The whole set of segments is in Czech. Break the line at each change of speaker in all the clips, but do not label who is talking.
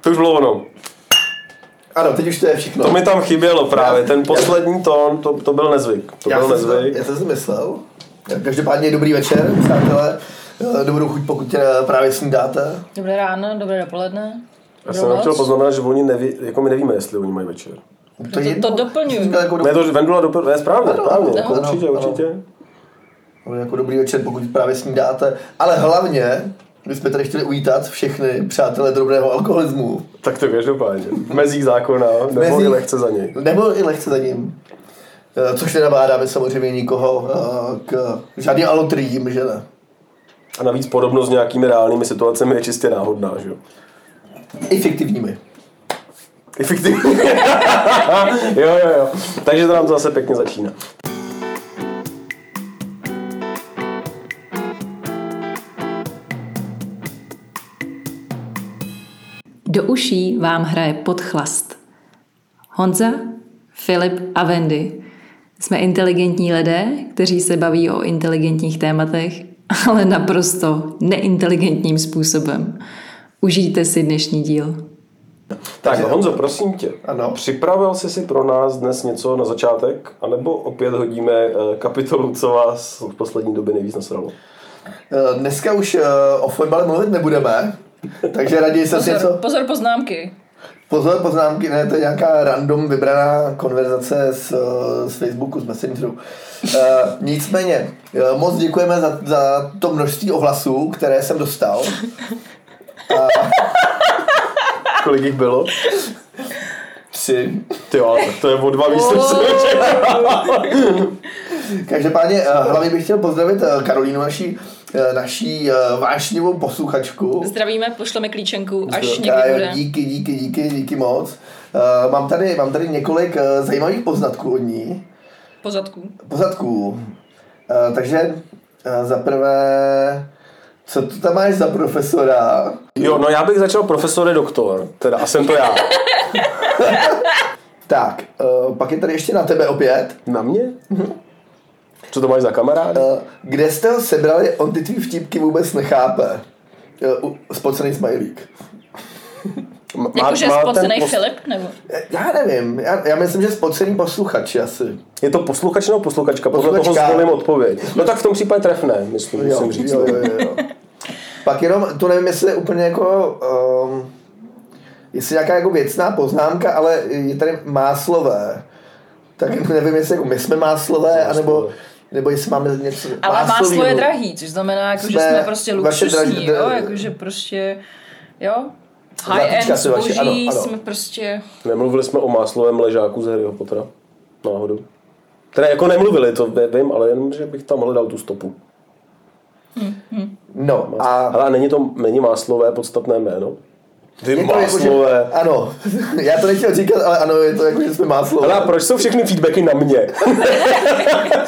To už bylo ono.
Ano, teď už to je všechno.
To mi tam chybělo právě, ten poslední tón, to, to byl nezvyk. To
já,
byl
jsem si to,
nezvyk.
já jsem si myslel. Každopádně dobrý večer, přátelé. Eh, Dobrou chuť, pokud eh, právě snídáte.
Dobré ráno, dobré dopoledne.
Já
dobrou
jsem jenom
noc.
chtěl poznamenat, že oni neví, jako my nevíme, jestli oni mají večer.
To, je
No to doplňuji.
Říkal jako,
Ne,
dobrý,
to Vendula doprve, je správně,
Ano,
správně,
ano,
jako
ano,
určitě,
ano.
určitě.
jako dobrý večer, pokud právě snídáte. Ale hlavně, my jsme tady chtěli uvítat všechny přátelé drobného alkoholismu.
Tak to každopádně. V mezích zákona, nebo
Mezích.
i lehce za něj.
Nebo i lehce za ním. Eh, Což nenabádáme samozřejmě nikoho eh, k žádným alotrím, že ne?
A navíc podobnost s nějakými reálnými situacemi je čistě náhodná, že jo.
I fiktivními.
I fiktivně. jo, jo, jo. Takže to nám zase pěkně začíná.
Do uší vám hraje podchlast. Honza, Filip a Wendy. Jsme inteligentní lidé, kteří se baví o inteligentních tématech, ale naprosto neinteligentním způsobem. Užijte si dnešní díl.
Tak Honzo, prosím tě,
Ano.
připravil jsi si pro nás dnes něco na začátek, anebo opět hodíme eh, kapitolu, co vás v poslední době nejvíc nasralo?
Eh, Dneska už eh, o fotbale mluvit nebudeme, takže raději jsem si něco...
Pozor, pozor poznámky.
Pozor, poznámky, ne, to je nějaká random vybraná konverzace z, eh, z Facebooku, z Messengeru. E, nicméně, eh, moc děkujeme za, za to množství ohlasů, které jsem dostal.
Kolik jich bylo?
Tři.
Ty jo, tak to je o dva víc, než jsem čekal.
Každopádně eh, hlavně bych chtěl pozdravit eh, Karolínu, naší, eh, naší eh, vášnivou posluchačku.
Zdravíme, pošleme klíčenku, až
Zdra-
někdy
A jo,
bude.
díky, díky, díky, díky moc. Eh, mám, tady, mám tady několik eh, zajímavých poznatků od ní.
Pozadku.
pozadků. Eh, takže eh, za prvé, co tu tam máš za profesora?
Jo, no já bych začal profesore doktor, teda a jsem to já.
Tak, eh, pak je tady ještě na tebe opět.
Na mě? Co to máš za kamarády?
Eh, Kde jste ho sebrali, on ty tvý vtipky vůbec nechápe. Eh, u- Spocený smajlík.
Má-
Jakože
má ten
spocenej
pos-
Filip, nebo?
Eh, Já nevím, já, já myslím, že spocený posluchač asi.
Je to posluchač nebo posluchačka? Podle toho
Posluchačka.
zvolím odpověď. No tak v tom případě trefné, myslím, musím říct.
jo, jo, jo. Pak jenom, tu nevím, jestli je úplně jako, um, jestli nějaká jako věcná poznámka, ale je tady máslové. Tak nevím, jestli jako my jsme máslové, anebo, nebo jestli máme něco
Ale
máslový
máslo je
mluv.
drahý, což znamená, jako, že
Jsme
jsme prostě
vaše
luxusní,
draží-
jo?
dra-
Jakože prostě, jo?
Zlatička
High-end
jsou vaše, ano,
zboží,
ano.
jsme prostě...
Nemluvili jsme o máslovém ležáku z Harryho Pottera? Náhodou. Teda jako nemluvili, to vím, ale jenom, že bych tam hledal tu stopu.
No
A...
a
Ale není to není máslové podstatné jméno? Ty
je to jako, že,
máslové.
ano, já to nechtěl říkat, ale ano, je to jako, že jsme máslové.
Ale a proč jsou všechny feedbacky na mě?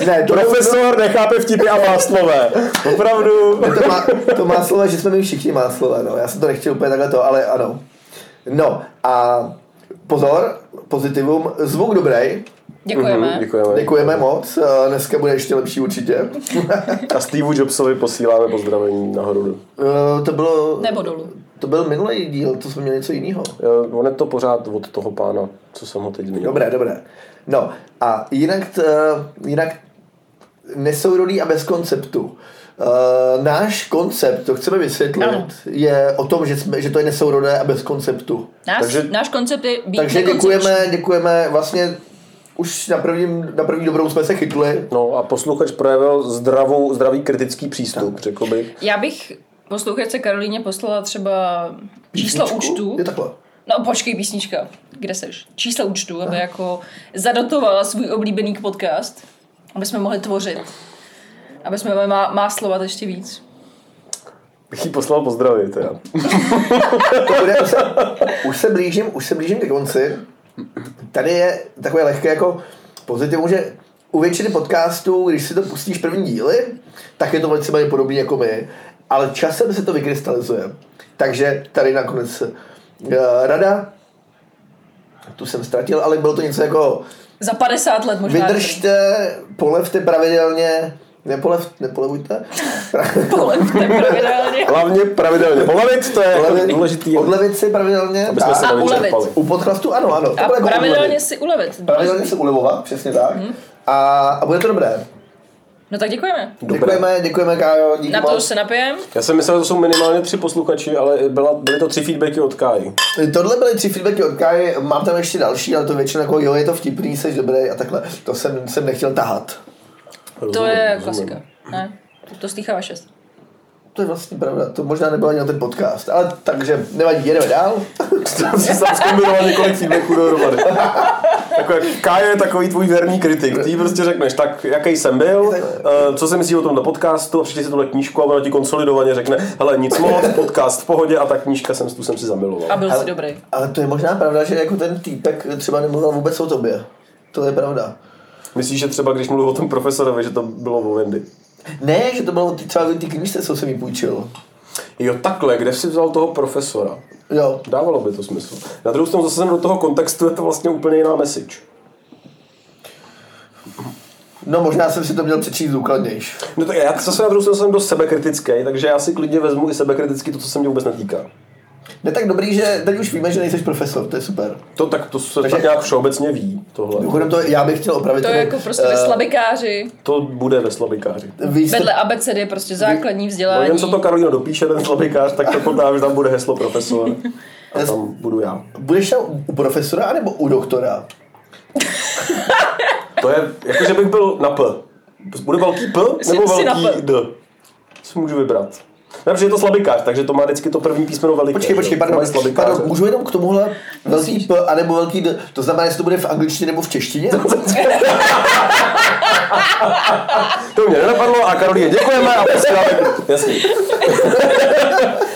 ne, to,
Profesor nechápe vtipy a máslové. Opravdu.
to, má, to má slova, že jsme my všichni má slova, no. Já jsem to nechtěl úplně takhle to, ale ano. No a pozor, pozitivum, zvuk dobrý,
Děkujeme.
Děkujeme.
děkujeme moc, eh, dneska bude ještě lepší určitě.
A Steveu Jobsovi posíláme pozdravení nahoru.
Eh, to bylo,
Nebo dolů.
to byl minulý díl, to jsme měli něco jiného.
Eh, On je to pořád od toho pána, co jsem ho teď zmínil.
Dobré, dobré. No a jinak, t- jinak nesourodý a bez konceptu. Eh, náš koncept, to chceme vysvětlit,
Ano.
je o tom, že, jsme, že to je nesourodé a bez konceptu.
Náš,
Takže-
náš koncept je být jako
Takže
nekoncepční.
děkujeme, děkujeme vlastně už na, prvním, na první dobrou jsme se chytli.
No a posluchač projevil zdravou, zdravý kritický přístup, řekl bych.
Já bych posluchačce Karolíně poslala třeba číslo
Písničku?
účtu.
Je takhle.
No počkej, písnička. Kde seš? Číslo účtu, aby jako zadotovala svůj oblíbený podcast, aby jsme mohli tvořit. Aby jsme má, má slovat ještě víc.
Bych jí poslal pozdravit. Teda.
To Jako bude, už, se, už se blížím, už se blížím ke konci. Tady je takové lehké jako pozitivum, že u většiny podcastů, když si to pustíš první díly, tak je to velice mají podobný jako my, ale časem se to vykrystalizuje. Takže tady nakonec uh, rada, tu jsem ztratil, ale bylo to něco jako
Za 50 let možná.
Vydržte, polevte pravidelně, Nepolev, nepolevujte.
Polevte pravidelně.
Hlavně pravidelně polevit, to je
Ulevit-
důležitý.
Odlevit si pravidelně.
Aby jsme se
tak.
A ulevit.
nevyčerpali.
U podchlastu ano, ano. To
A
bude jako
pravidelně Mhm.
ulevit.
si ulevit.
pravidelně se ulevovat, přesně tak. A, a bude to dobré.
No tak děkujeme.
Dobré.
Děkujeme, děkujeme Kájo, díky
Na to už
moc.
se napijem.
Já jsem myslel, že to jsou minimálně tři posluchači, ale byla, byly to tři feedbacky od Káji.
Tohle byly tři feedbacky od Káje, mám tam ještě další, ale to většinou jako jo, je to vtipný, jsi dobrý a takhle. To jsem, jsem nechtěl tahat.
To
Rozumím,
je
rozumím.
klasika. Ne, to- to slýchává šest.
To je vlastně pravda, to možná nebylo ani na ten podcast, ale takže nevadí, jedeme dál.
Tam si tam zkombinoval několik feedbacků dohromady. Jako, Kája je takový tvůj věrný kritik. Ty jí prostě řekneš, tak jaký jsem byl, eh, co si myslíš o tomhle podcastu, a přečti si tuhle knížku a ona ti konsolidovaně řekne, hele nic moc, podcast v pohodě a ta knížka jsem, tu jsem si zamiloval.
A byl
Ale-
jsi dobrý.
Ale to je možná pravda, že jako ten týpek třeba nemluvil vůbec o tobě. To je pravda.
Myslíš, že třeba když mluvil o tom profesorovi, že to bylo o Wendy?
Ne, že to bylo ty- třeba ty knížce, co jsem jí půjčil.
Jo, takhle, kde jsi vzal toho profesora?
Jo,
Dávalo by to smysl. Na druhou stranu zase do toho kontextu je to vlastně úplně jiná message.
no možná jsem si to měl přečíst důkladnějš.
No tak já zase na druhou stranu jsem dost sebekritický, takže já si klidně vezmu i sebekriticky to, co se mě vůbec netýká.
Ne tak dobrý, že teď už víme, že nejseš profesor, to je super.
To tak, to se
Takže-
tak nějak všeobecně ví, tohle.
Mimochodem to já bych chtěl opravit.
To je jako prostě ve
Eh,
slabikáři.
To bude ve slabikáři.
Víc,
Vedle ABCD je prostě základní
No
vzdělání.
jen co to Karolino dopíše, ten slabikář, tak to podá, že tam bude heslo profesor. A tam budu já.
budeš tam u profesora nebo u doktora?
To je, jako že bych byl na P. Bude velký P
Jsi-
nebo
jsi na
velký
P.
D? Si můžu vybrat. Ne, protože je to slabikář, takže to má vždycky to první písmeno veliké.
Počkej,
že jo?
počkej,
To
pardon,
mají slabikáře.
pardon, můžu jenom k tomuhle velký P anebo velký D, to znamená, jestli to bude v angličtině nebo v češtině?
To mě nenapadlo a Karolíně děkujeme a posíláme. Jasně.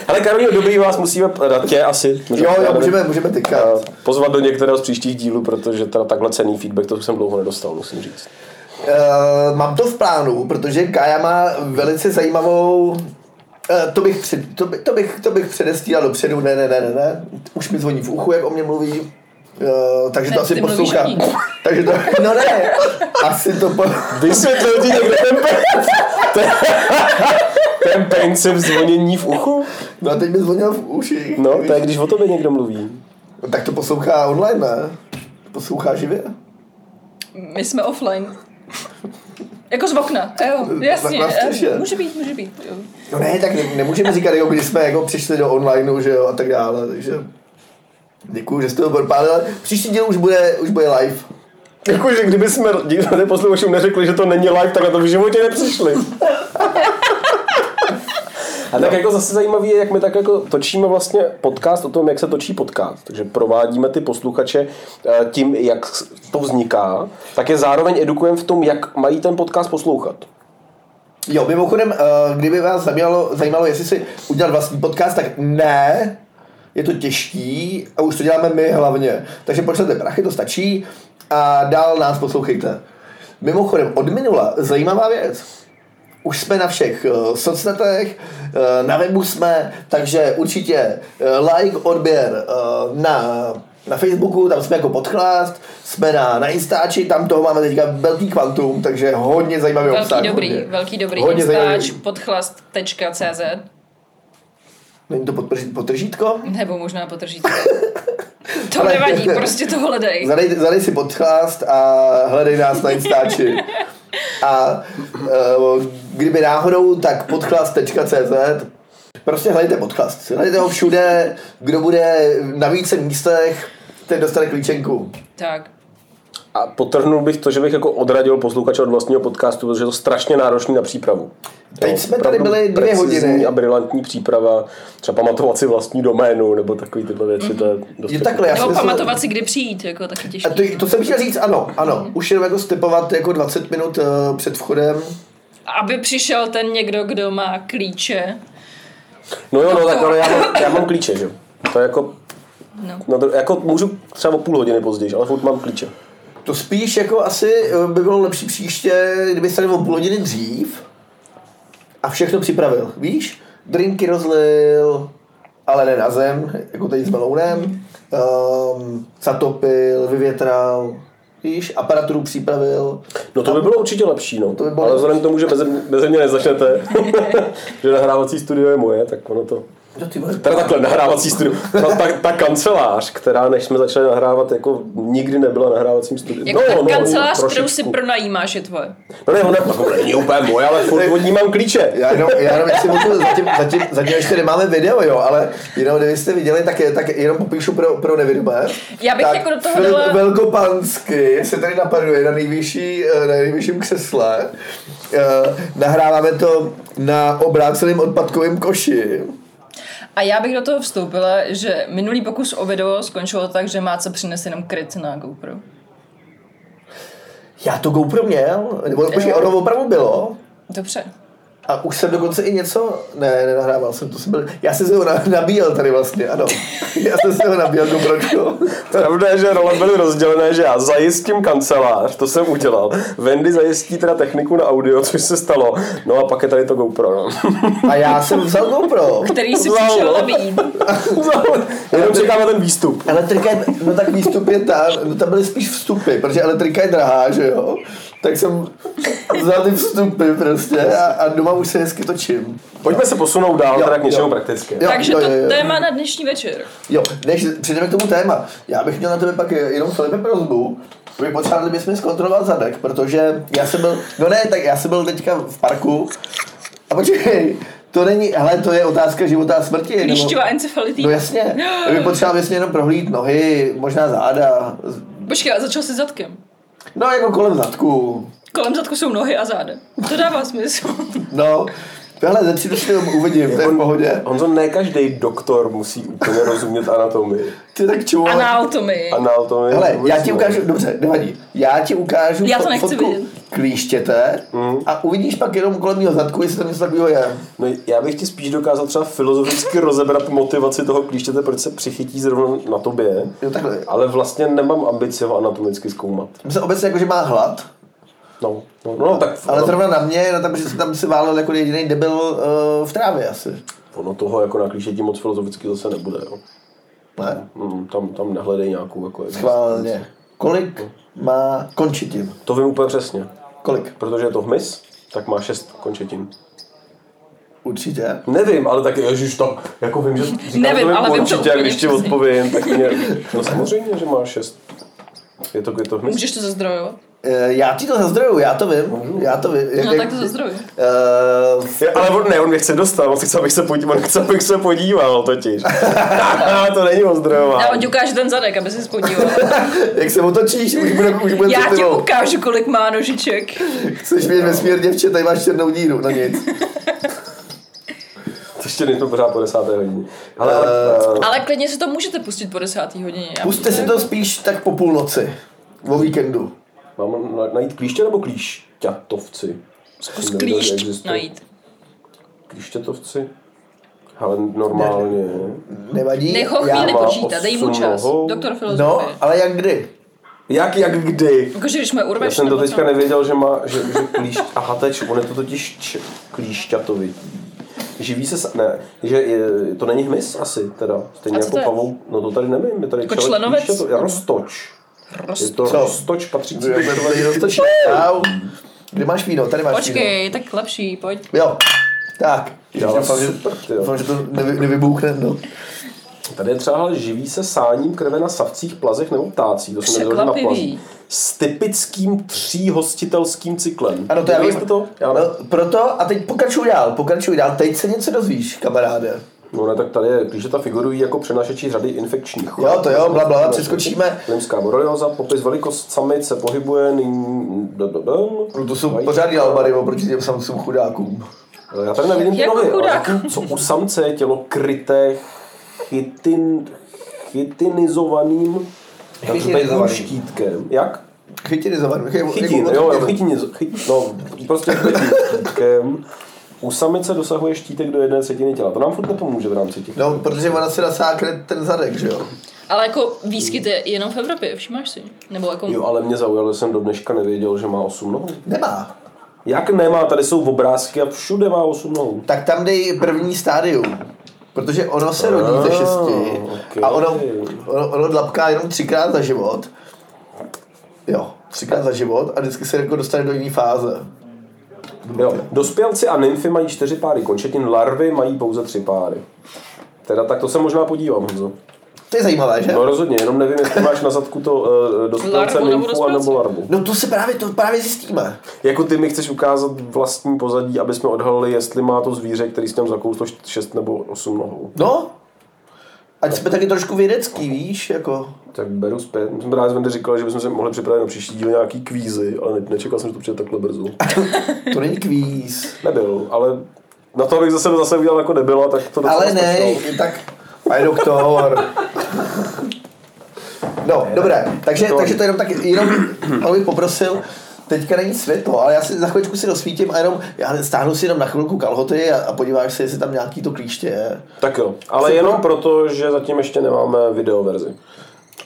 Ale Karolíno, dobrý vás musíme dát tě asi.
Jo, jo,
Můžeme-
můžeme, můžeme tykat.
pozvat do některého z příštích dílů, protože teda takhle cený feedback to jsem dlouho nedostal, musím říct.
Eh, mám to v plánu, protože Kaja má velice zajímavou eh, to bych, před, to, by, to, bych, to bych předestíral dopředu, ne, ne, ne, ne, ne, už mi zvoní v uchu, jak o mě mluví, Eh, takže
Ne,
to asi
ty mluvíš
poslouchá.
o ní.
takže to, no ne, asi to, po,
Vysvětlil ti někdo ten pen? ten princip zvonění v uchu?
no a teď mi zvonil v uši.
No, to je když o tobě někdo mluví.
No, tak to poslouchá online, ne? Poslouchá živě.
My jsme offline. Jako z okna, jo, jasně,
na střeše.
eh, může být, může být. jo.
No ne, tak ne, nemůžeme říkat, jako když jsme jako přišli do online, že jo, a tak dále, takže děkuji, že jste to propálili. Příští díl už bude, už bude live.
Jakože kdyby jsme těm posluchačům neřekli, že to není live, tak na to v životě nepřišli. A tak jako zase zajímavé je, jak my tak jako točíme vlastně podcast o tom, jak se točí podcast. Takže provádíme ty posluchače eh, tím, jak s- to vzniká, tak je zároveň edukujeme v tom, jak mají ten podcast poslouchat.
Jo, mimochodem, eh, kdyby vás zajímalo, zajímalo, jestli si udělat vlastní podcast, tak ne, je to těžký a už to děláme my hlavně. Takže pošlete prachy, to stačí a dál nás poslouchejte. Mimochodem, od minula zajímavá věc. Už jsme na všech eh, socnetech, eh, na webu jsme, takže určitě eh, like, odběr eh, na, na Facebooku, tam jsme jako podcast, jsme na, na Instači, tam toho máme teďka velký kvantum, takže hodně zajímavý obsah.
Velký dobrý,
hodně.
velký dobrý,
Hodně
instač,
zajímavý.
podchlast.cz
Není to podprž- potržítko?
nebo možná potržíte. To nevadí, prostě to hledej.
Zadej, zadej si podcast a hledej nás na Instači. A uh, kdyby náhodou, tak podcast.cz Prostě hledejte podcast. Hledejte ho všude, kdo bude na více místech, ten dostane klíčenku.
Tak,
A potrhnul bych to, že bych jako odradil posluchače od vlastního podcastu, protože je to strašně náročný na přípravu.
Teď
Jo,
jsme tady
opravdu
byli dvě
precizní
hodiny.
A brilantní příprava, třeba pamatovat si vlastní doménu nebo takový tyhle věci, to je dost
Mhm. Je takhle, já si
nebo
myslím-
pamatovat si, kdy přijít, jako taky
A to,
těžký.
to jsem chtěl říct, ano, ano. Už jenom jako stepovat jako 20 minut uh, před vchodem.
Aby přišel ten někdo, kdo má klíče.
No jo, no tak ale já mám, já mám klíče, že jo. To je jako,
No.
no to, jako můžu třeba o půl hodiny později, ale furt mám klíče.
To spíš jako asi eh, by bylo lepší příště, kdyby se o půl hodiny dřív a všechno připravil, víš? Drinky rozlil, ale ne na zem, jako teď s melounem, um, zatopil, ehm, vyvětral, Víš, aparaturu připravil.
No to by bylo určitě lepší, no.
To by bylo
Ale vzhledem k tomu, že beze, beze mě nezačnete, že nahrávací studio je moje, tak ono to...
No ty vole,
Teda takhle, nahrávací studio. Ta, No, ta, ta kancelář, která než jsme začali nahrávat, jako nikdy nebyla nahrávacím studiem.
Jako no, ta kancelář, kterou si
trošičku.
pronajímáš, je tvoje.
No ne, ona jako není úplně moje, ale furt od ní mám klíče.
Já jenom, já jenom jestli můžu, zatím, zatím, zatím ještě nemáme video, jo, ale jenom kdybyste viděli, tak, je, tak jenom popíšu pro, pro nevidomé.
Já bych
tak
jako do toho
Filip
dala-
Velkopansky se tady napaduje na, nejvyšší, eh, na nejvyšším křesle. Eh, Nahráváme to na obráceném odpadkovém koši.
A já bych do toho vstoupila, že minulý pokus o video skončilo tak, že Máca přines jenom kryt na GoPro.
Já to GoPro měl, nebo počkej, ono opravdu bylo.
Dobře.
A už jsem dokonce i něco, ne, nenahrával jsem, to jsem byl, já jsem se ho na- nabíjel tady vlastně, ano. Já jsem se ho nabíjel GoPročko.
Pravda je, že role byly rozdělené, že já zajistím kancelář, to jsem udělal. Wendy zajistí teda techniku na audio, což se stalo. No a pak je tady to GoPro. No.
A já jsem vzal GoPro.
Který si
Wow.
přišel nabít.
No, Jenom čekáme ten výstup.
Elektrika je, no tak výstup je tam, no tam byly spíš vstupy, protože elektrika je drahá, že jo? Tak jsem vzal ty vstupy prostě a, a doma už se hezky točím.
Pojďme se posunout dál,
Jo,
teda k něčemu
jo.
prakticky.
Jo,
Takže
jo,
to
jo, jo.
téma na dnešní večer.
Jo, než přijdeme k tomu téma, já bych měl na tebe pak jenom Filipe prozbu, protože potřebovali bychom zkontrolovat zadek, protože já jsem byl, no ne, tak já jsem byl teďka v parku a počkej, to není, hele, to je otázka života a smrti. nebo-
Líšťová encefalitída.
No jasně, já bych potřeboval vlastně jenom prohlídnout nohy, možná záda,
Počkej, ale začal si zadkem.
no jako kolem zadku,
Kolem zadku jsou nohy a záda. To dává smysl.
No, tohle ze tří si jenom uvidím, to je v pohodě.
Honzo, ne každý doktor musí úplně rozumět anatomii.
Ty tak čuva.
Análtomy.
Anatomii.
Hele,
vůbec
já ti
ne.
ukážu, dobře, nevadí. Já ti ukážu
Já to
fo-
nechci
fotku
vidět.
klíštěte a uvidíš pak jenom kolem mého zadku, jestli tam něco takového je.
No, já bych ti spíš dokázal třeba filozoficky rozebrat motivaci toho klíštěte, proč se přichytí zrovna na tobě.
Jo, takhle.
Ale vlastně nemám ambici ho anatomicky zkoumat.
Myslím se obecně jako, že má hlad,
No, no, no tak
ale
no,
zrovna na mě, no tam, že se tam si válel jako jediný debil uh, v trávě asi.
ono toho jako na klíšeti moc filozoficky zase nebude. Jo.
Ne?
Mm, tam, tam nehledej nějakou. Jako,
Schválně. Kolik má končetin?
to vím úplně přesně.
Kolik?
Protože je to hmyz, tak má šest končetin.
Určitě.
Nevím, ale tak ježiš, to jako vím, že říkám,
Nevím,
to
ale vím
určitě,
to úplně
a když ti
přesně.
odpovím, tak mě, no samozřejmě, že má šest. Je to, je to hmyz.
Můžeš to zazdrojovat?
Eh, já ti to zazdroju, já to vím. Já to vím.
No tak to zazdrojuj.
Eh,
Je, ale on, ne, on mě chce dostat, on chce, abych se podíval, on chce, abych se podíval totiž. to není
Já
ozdrojování.
on ti ukáže ten zadek, aby se podíval.
Jak se otočíš, už bude, už bude
Já
za
ti
tebou.
ukážu, kolik má nožiček.
Chceš mít vesmír děvče, tady máš černou díru, no nic.
To ještě nejsme pořád po desáté hodině. Ale, ale eh,
Ale klidně si to můžete pustit po desátý hodině. Já-
Puste si to spíš tak po půlnoci, o víkendu.
eh, Mám na- najít klíště nebo klíšťatovci?
Zkus
Nevím, že
Jako klíšť
existuje.
najít.
Klíšťatovci? Ale normálně.
Nevadí.
Nech ho
já-
chvíli
má
počítat, dej mu
osm
čas.
nohou.
Doktor filozofie.
No, ale jak kdy?
Jak, jak kdy?
Jakože když mě urveš,
Já jsem to
nebo
teďka
co?
nevěděl, že má, že, že klíšť, aha, to je, č- on je to totiž č, klíšťatovití. Živí se, s- ne, že je, to není hmyz asi, teda, stejně
A co
jako
to je?
pavou, no to tady nevím, je tady
Jako
člověk
členovec?
klíšťato- je roztoč.
Roz-
Je to
Co?
roztoč patřící do
Tady roztočí. Čau. Kde máš víno? Tady máš
Počkej, tak lepší, pojď.
víno. Jo. Tak.
Já
doufám, že,
super, ty jo.
doufám, že to nevy, nevybuchne. No.
Tady je třeba hele, živí se sáním krve na savcích, plazech nebo ptácích. To jsem nevěděl, že na
Překvapivý.
plazích. S typickým tří hostitelským cyklem.
Ano, to já
Viděli
vím.
jste to? Já ne.
no, proto, a teď pokračuj dál, pokračuj dál. Teď se něco dozvíš, kamaráde.
No ne, tak tady je, když ta figurují jako přenašeči řady infekčních Vlastně. chorob.
Jo, to jo, bla, bla, přeskočíme.
Limská borelioza, popis velikost samic se pohybuje nyní... do, do, do.
No to jsou pořádný albary oproti těm samcům chudákům.
Eh, Já tady nevidím ty
Jako
nohy, ale
chudák.
zatímco u samce je tělo kryté chytin, chytinizovaným
Chytinizovaným. Jako
štítkem. Jak?
Chytiny za varmy.
Chytin,
jako-
jo, jo, chytin, chyt, no, prostě chytin štítkem. U samice dosahuje štítek do jedné třetiny těla. To nám furt nepomůže v rámci těch.
No, protože ona si nasákne ten zadek, že jo?
Ale jako výskyt je jenom v Evropě, všímáš si? Nebo jako...
Jo, ale mě zaujalo, že jsem do dneška nevěděl, že má 8 nohou.
Nemá.
Jak nemá, tady jsou obrázky a všude má 8 nohou.
Tak tam dej první stádium. Protože ono se rodí ze
Ah,
šesti
ok.
a ono, ono, ono dlapká jenom třikrát za život. jo, třikrát za život a vždycky se jako dostane do jiné fáze.
Jo. Dospělci a nymfy mají čtyři páry končetin, larvy mají pouze tři páry. Teda tak to se možná podívám, Honzo.
To je zajímavé, že?
No rozhodně, jenom nevím, jestli máš na zadku to uh, dospělce,
Larvu nebo
nymfu a nebo
dospělce?
larvu.
No to se právě, to právě zjistíme.
Jako ty mi chceš ukázat vlastní pozadí, aby jsme odhalili, jestli má to zvíře, který si tam zakouslo 6 nebo 8 nohou.
No, ať jsme taky trošku vědecký, víš, jako.
Tak beru zpět. My jsme právě s Wendy říkali, že bychom se mohli připravit na příští díl nějaký kvízy, ale ne- nečekal jsem, že to přijde takhle brzo.
To není kvíz.
Nebyl, ale na to, abych zase, zase udělal jako nebyla, tak to docela
Ale ne,
stačilo.
tak... Pane doktor. No, dobré, takže,
To-
takže to jenom tak, jenom ale bych poprosil, teďka není světlo, ale já si za chvíličku si rozsvítím a jenom, já stáhnu si jenom na chvilku kalhoty a, a podíváš se, jestli tam nějaký to klíště je.
Tak jo, ale jenom proto, že zatím ještě nemáme videoverzi.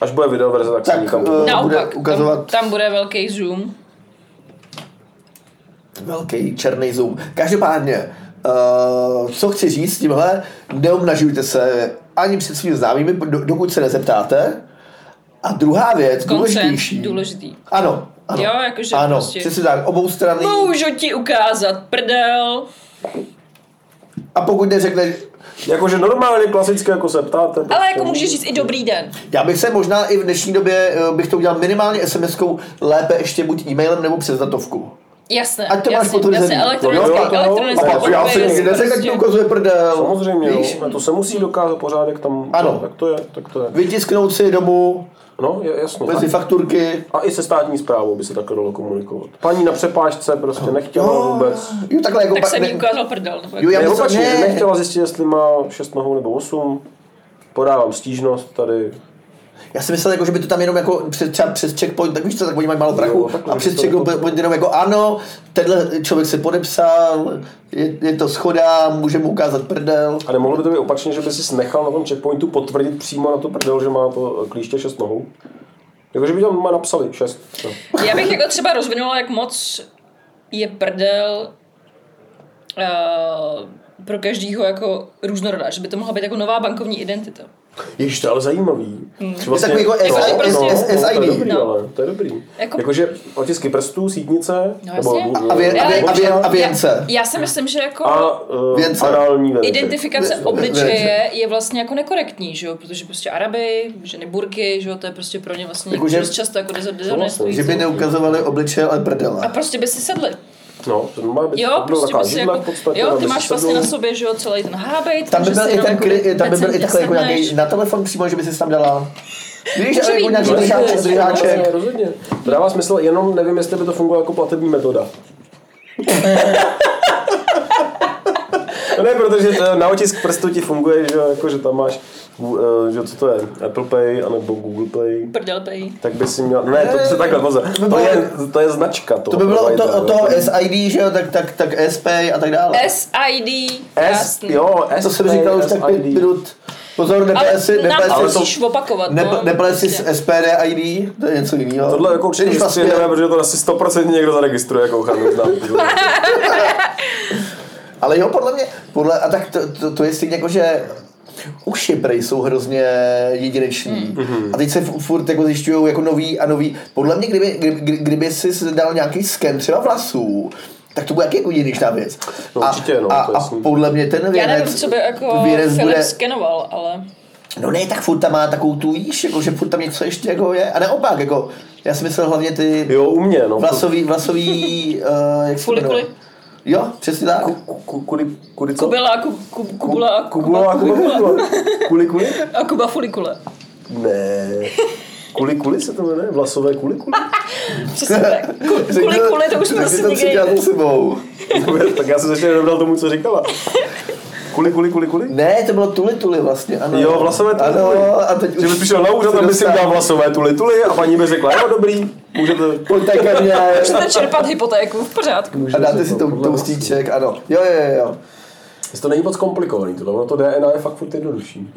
Až bude videoverze, tak, se
Tak,
nikam
eh,
podíváme.
Naopak,
ukazovat-
tam, tam bude velký zoom.
Velký černý zoom. Každopádně, uh, co chci říct s tímhle, neumnažujte se ani před svými známými, do, dokud se nezeptáte. A druhá věc, důležitější.
Koncent, důležitý.
Ano, ano.
Jo, jakože
ano,
prostě- No.
přesně tak, obou strany.
Můžu ti ukázat prdel.
A pokud neřekne,
Jakože normálně, klasicky, jako se ptáte.
Ale
prostě-
jako můžeš říct i dobrý den.
já bych se možná i v dnešní době eh, bych to udělal minimálně SMS-kou, lépe ještě buď e-mailem nebo přes datovku.
Jasné.
Ať to máš
jasně,
potvrzený.
jasně, elektronický,
Jo, jo, jo.
elektronický.
A
A pak já si
odpověď,
nikdy neřekne, ti
prostě.
ukazuje prdel.
Samozřejmě,
Víš?
jo. A to se musí dokázat pořádek tam.
Ano.
Tak to je, tak to je.
Vytisknout si domů
No, je- jasně.
mezi fakturky.
A i se státní zprávou by se takhle dalo komunikovat. Paní na přepážce prostě nechtěla vůbec.
Jo, takhle jako...
Tak
pa-
jsem
ne-
jí ukázal prdel. nebo jak-
Jo, Oh. já
Ne,
myslím,
opačně,
ne.
nechtěla zjistit, jestli má šest nohou nebo osm. Podávám stížnost tady.
Já si myslel, jako, že by to tam jenom jako přes, třeba přes checkpoint, tak víš co, tak oni mají málo prachu
takhle,
a
že
přes
to-
checkpoint jenom jako ano, tenhle člověk se podepsal, je, je to schoda, může mu ukázat prdel.
A nemohlo by to být opačně, že by si nechal na tom checkpointu potvrdit přímo na to prdel, že má to klíště šest nohou? Jakože by tam napsali šest. No.
Já bych jako třeba rozvinula, jak moc je prdel uh, pro každýho jako různorodá, že by to mohla být jako nová bankovní identita.
Ježiš, to je ale zajímavý. Hmm.
takový jako
SID, prostě
To je
SID.
dobrý,
No.
ale, to je dobrý.
Jako-
Jakože otisky prstů, sítnice,
No, jasně.
A- a vě- a vě- a vě- a vě- Věnce.
Já, já si myslím, že jako
a uh,
Věnce.
anální velice.
identifikace
Ve-
obličeje je vlastně jako nekorektní, že jo? Protože prostě Araby, ženy burky, že jo? To je prostě pro ně vlastně
Jakože-
jako, dost často jako dezo-
Že
dezonestující.
by neukazovali obličeje, ale
A
prdele.
prostě by si sedli.
No, to má být
Jo,
to byla
prostě
taková
by si
židle
jako,
v podstatě.
jo,
aby
ty
si
máš vlastně
sedl.
na sobě, že jo, celý ten hábejt.
Tam by
takže
byl
si
i
jenom
ten,
jako
kry, tam by
pecem
byl i takhle jako
drsneš.
nějaký na telefon přímo, že by si tam dala. Víš,
Může
ale jako
být,
nějaký
může být.
držáček, držáček.
Rozhodně, rozhodně. To dává smysl, jenom nevím, jestli by to fungovalo jako platební metoda. No ne, protože eh, na otisk prstu ti funguje, že, jo, jako, že tam máš, gu- eh, že co to je, Apple Pay anebo Google Pay.
Prdel pej.
Tak by si měl, no ne, to se takhle, pozor,
to by
to
bylo-
je, to je značka toho.
To by bylo od to-
providera,
od toho
jo.
SID, že jo, tak, tak, tak SP a tak dále.
SID,
S,
krásný.
jo, S,
To jsem říkal už tak pět minut. Pozor,
Ale
nepele si,
nám
nepele
to
si-
musíš opakovat,
Ne,
no.
neplet si
Prostě.
z SPD ID, to je něco jiného.
Tohle jako určitě
Když
vlastně...
vlastně-
protože to asi 100% někdo zaregistruje jako ochranu známku.
Ale jo, podle mě, podle, a tak to, to, to je stejně jako, že uši prej jsou hrozně jedineční.
Hmm.
Mhm.
Mm. A teď se fu- furt jako zjišťují jako nový a nový. Podle mě, kdyby, kdyby, kdyby si dal nějaký sken třeba vlasů, tak to bude jaký jako jedinečná věc.
No
a,
určitě, no,
a,
to je
a
jasný.
podle mě ten
Já
věnec,
nevím, co by jako
věnec
Filip
bude,
skenoval, ale...
No ne, tak furt tam má takovou tu víš, jako, že furt tam něco ještě jako je. A naopak, jako, já jsem myslel hlavně ty
Jo, u mě, no.
vlasový, vlasový, uh, jak se to
Kuly,
jmenuje?
kuly.
Jo, přesně tak.
Ku- ku- Kudy, kudy co?
Kubila, ku, ku, kubula, a
Kubula,
Kuba,
Kuba, Kuba. Kuli, kuli?
A Kuba Fulikule.
Ne. Kuli, kuli se to jmenuje? Vlasové kuli, kuli?
Přesně tak. Ku- Kuli, kuli, to už
Takže
prostě
to
nikdy
přidělal
nejde.
s sebou.
tak já jsem ještě nedobral tomu, co říkala. Kuli, kuli, kuli, kuli?
Ne, to bylo tuli tuli vlastně, ano.
Jo, vlasové tuli,
Ano,
tuli.
a teď
Že bys přišel na úřad,
se
aby si
dostal-
udělal vlasové tuli, tuli a paní by řekla, jo, dobrý, můžete...
Pojďte ke mně
Můžete čerpat hypotéku, No, v pořádku.
a dáte si tou toustíček, ano. Jo, jo, jo, jo.
Jestli to není moc komplikovaný, tohle, ono to DNA je fakt furt jednodušší.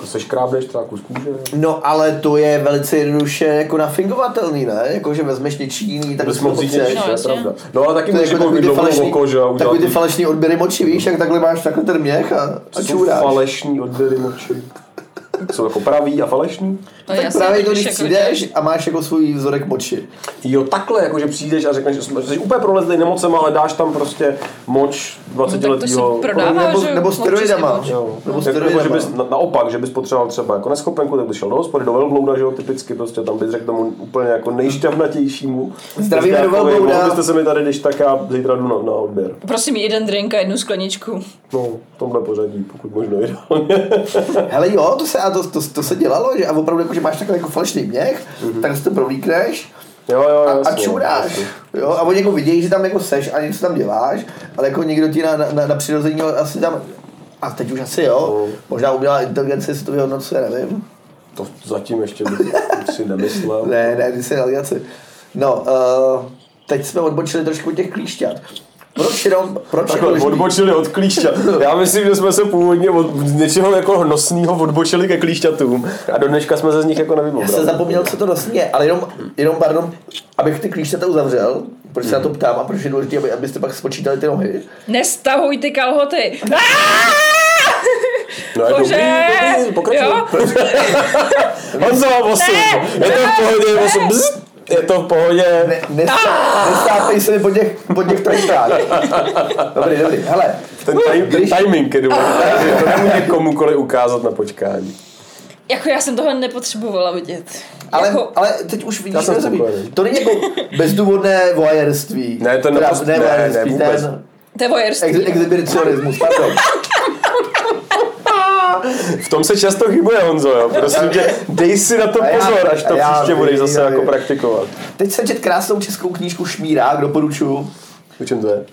To se škrábneš třeba kus kůže.
No ale to je velice jednoduše jako nafingovatelný, ne? Jako, že vezmeš něčí jiný, tak
To jsme
si
vzít
potřeš.
něčí, to je
jasně.
pravda. No ale taky
To je
můžeš
jako takový
koupit
ty,
dlouhou
falešný,
oko, že jo, a udělat
takový ty falešný odběry moči, víš, jak takhle máš takhle ten měch a, a
Jsou
čůráš.
falešní odběry moči. jsou jako pravý a falešný?
No,
tak
jasně,
právě
tak
to,
když
když
jako
přijdeš a máš jako svůj vzorek moči.
Jo, takhle, jakože přijdeš a řekneš, že jsme- jsi úplně prolezlý nemocem, ale dáš tam prostě moč
No, tak to se
20-letého.
prodává,
nebo-
že?
nebo
moc
steroidama.
přesně moč.
Jo.
Nebo
Jak,
steroidama.
nebo Jako, že bys, na- naopak, že bys potřeboval třeba jako neschopenku, tak bys šel do hospody, do velblouda, že jo, typicky prostě tam bys řekl tomu úplně jako nejšťavnatějšímu.
Zdravíme do
Zdravákovi,
Velblouda.
Mohl byste se mi tady, když tak já zítra jdu na, na odběr.
Prosím, jeden drink a jednu skleničku.
No, v tomhle pořadí, pokud možno ideálně.
Hele jo, to se, a to, to, to se dělalo, že a opravdu jako, že máš takový jako falešný měch, tak si to provlíkneš
Jo, jo,
a, a
Mhm. jasně,
čuráš.
jasně.
Jo, a oni jako vidějí, že tam jako seš a něco tam děláš, ale jako někdo ti na, na, na přirození asi tam, a teď už asi jo,
Mhm.
možná umělá inteligence si to vyhodnocuje, nevím.
To zatím ještě bych si nemyslel.
Ne, ne, ty jsi na legraci. No, uh, teď jsme odbočili trošku od těch klíšťat. Proč jenom, proč je
Takhle
důležitý?
odbočili od klíšťa. Já myslím, že jsme se původně od něčeho jako hnosného odbočili ke klíšťatům a do dneška jsme se z nich jako
Já
nevymobrali.
jsem zapomněl, co to vlastně je, ale jenom, jenom pardon, abych ty klíšťata uzavřel, proč se na to ptám a proč je důležité, aby, abyste pak spočítali ty nohy.
Nestahujte kalhoty.
No, je
Bože!
dobrý, dobrý, pokračuj.
Jo?
Honzo mám 8.
Ne,
Je to v pohodě,
ne.
8. Bzz, je to v pohodě.
Ne, nestá, nestápej se mi po těch, po těch trojkách. Dobrý, dobrý, hele.
Ten, taj, ten
Když-
timing je důležitý. že To nemůže komukoliv ukázat na počkání.
Jako já jsem tohle nepotřebovala vidět.
Ale,
jako,
ale teď už vidíš,
jsem
že rozumíš.
spokojený.
To není jako bezdůvodné voajerství.
Ne, to je
Teda
naprosto- ne, ne,
voajerství,
vůbec.
ten
to je vojerství.
ex- exhibicionismus, pardon.
V tom se často chybuje Honzo, jo. Prosím tě, dej si na to
A já-
pozor, až to
a já
příště budeš
vím,
zase
já
jako
vím.
praktikovat.
Teď jsem čet krásnou českou knížku Šmírák, doporučuju. Uh,
O čem to je?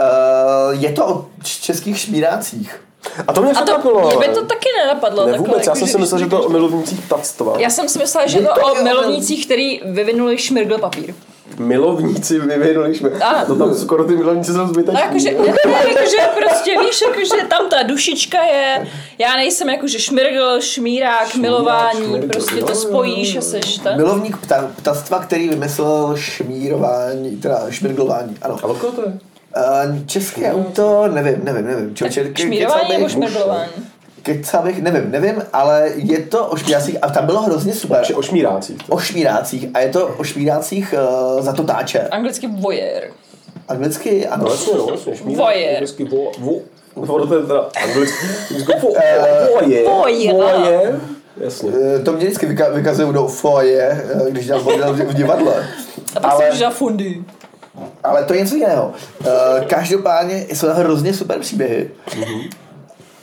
je to o č- českých šmírácích.
A to mě
A
překvapilo.
to, mě by
ale-
to taky nenapadlo.
Ne,
takhle,
vůbec, já
jako,
jsem si myslel, že to o
když-
milovnících ptactva.
Já jsem si myslela, že
Je
to
to i o
o
tom.
milovnících, který vyvinuli šmirgl papír.
Milovníci vyvinuli jsme.
Ano.
To tam skoro ty milovníci jsou zbyteční.
No jakože, ne, ne, ne, jakože prostě víš, jakože tam ta dušička je, já nejsem jakože šmirgl, šmírák, milování,
šmirgl,
prostě
jo,
to
jo,
spojíš a seš ten.
Milovník pta, ptactva, který vymyslel šmírování, teda šmirglování, ano.
A od koho to je?
Uh, český autor, nevím, nevím, nevím. Čo, če, ke-
Hmm. Šmírování
kecal
nebo
bych-
no.
šmirglování?
Kecal bych, nevím, nevím, ale je to o šmírácích a tam bylo hrozně super.
Že o šmírácích.
O šmírácích a je to o šmírácích uh, za to táče.
Anglicky voyeur.
Anglicky, ano.
No jasně, no, jasně, šmírák.
Voje.
Anglicky vo, vo. no, Ono to je teda anglicky. Anglicky vo, voje.
Voje.
Voje. Jasně.
Eh, To mě vždycky vyka- vykazují do foje, eh, když dělám bordel v divadle.
A pak
Ale,
jsem žila fundy.
ale to je něco jiného. Eh, Každopádně jsou tam hrozně super příběhy.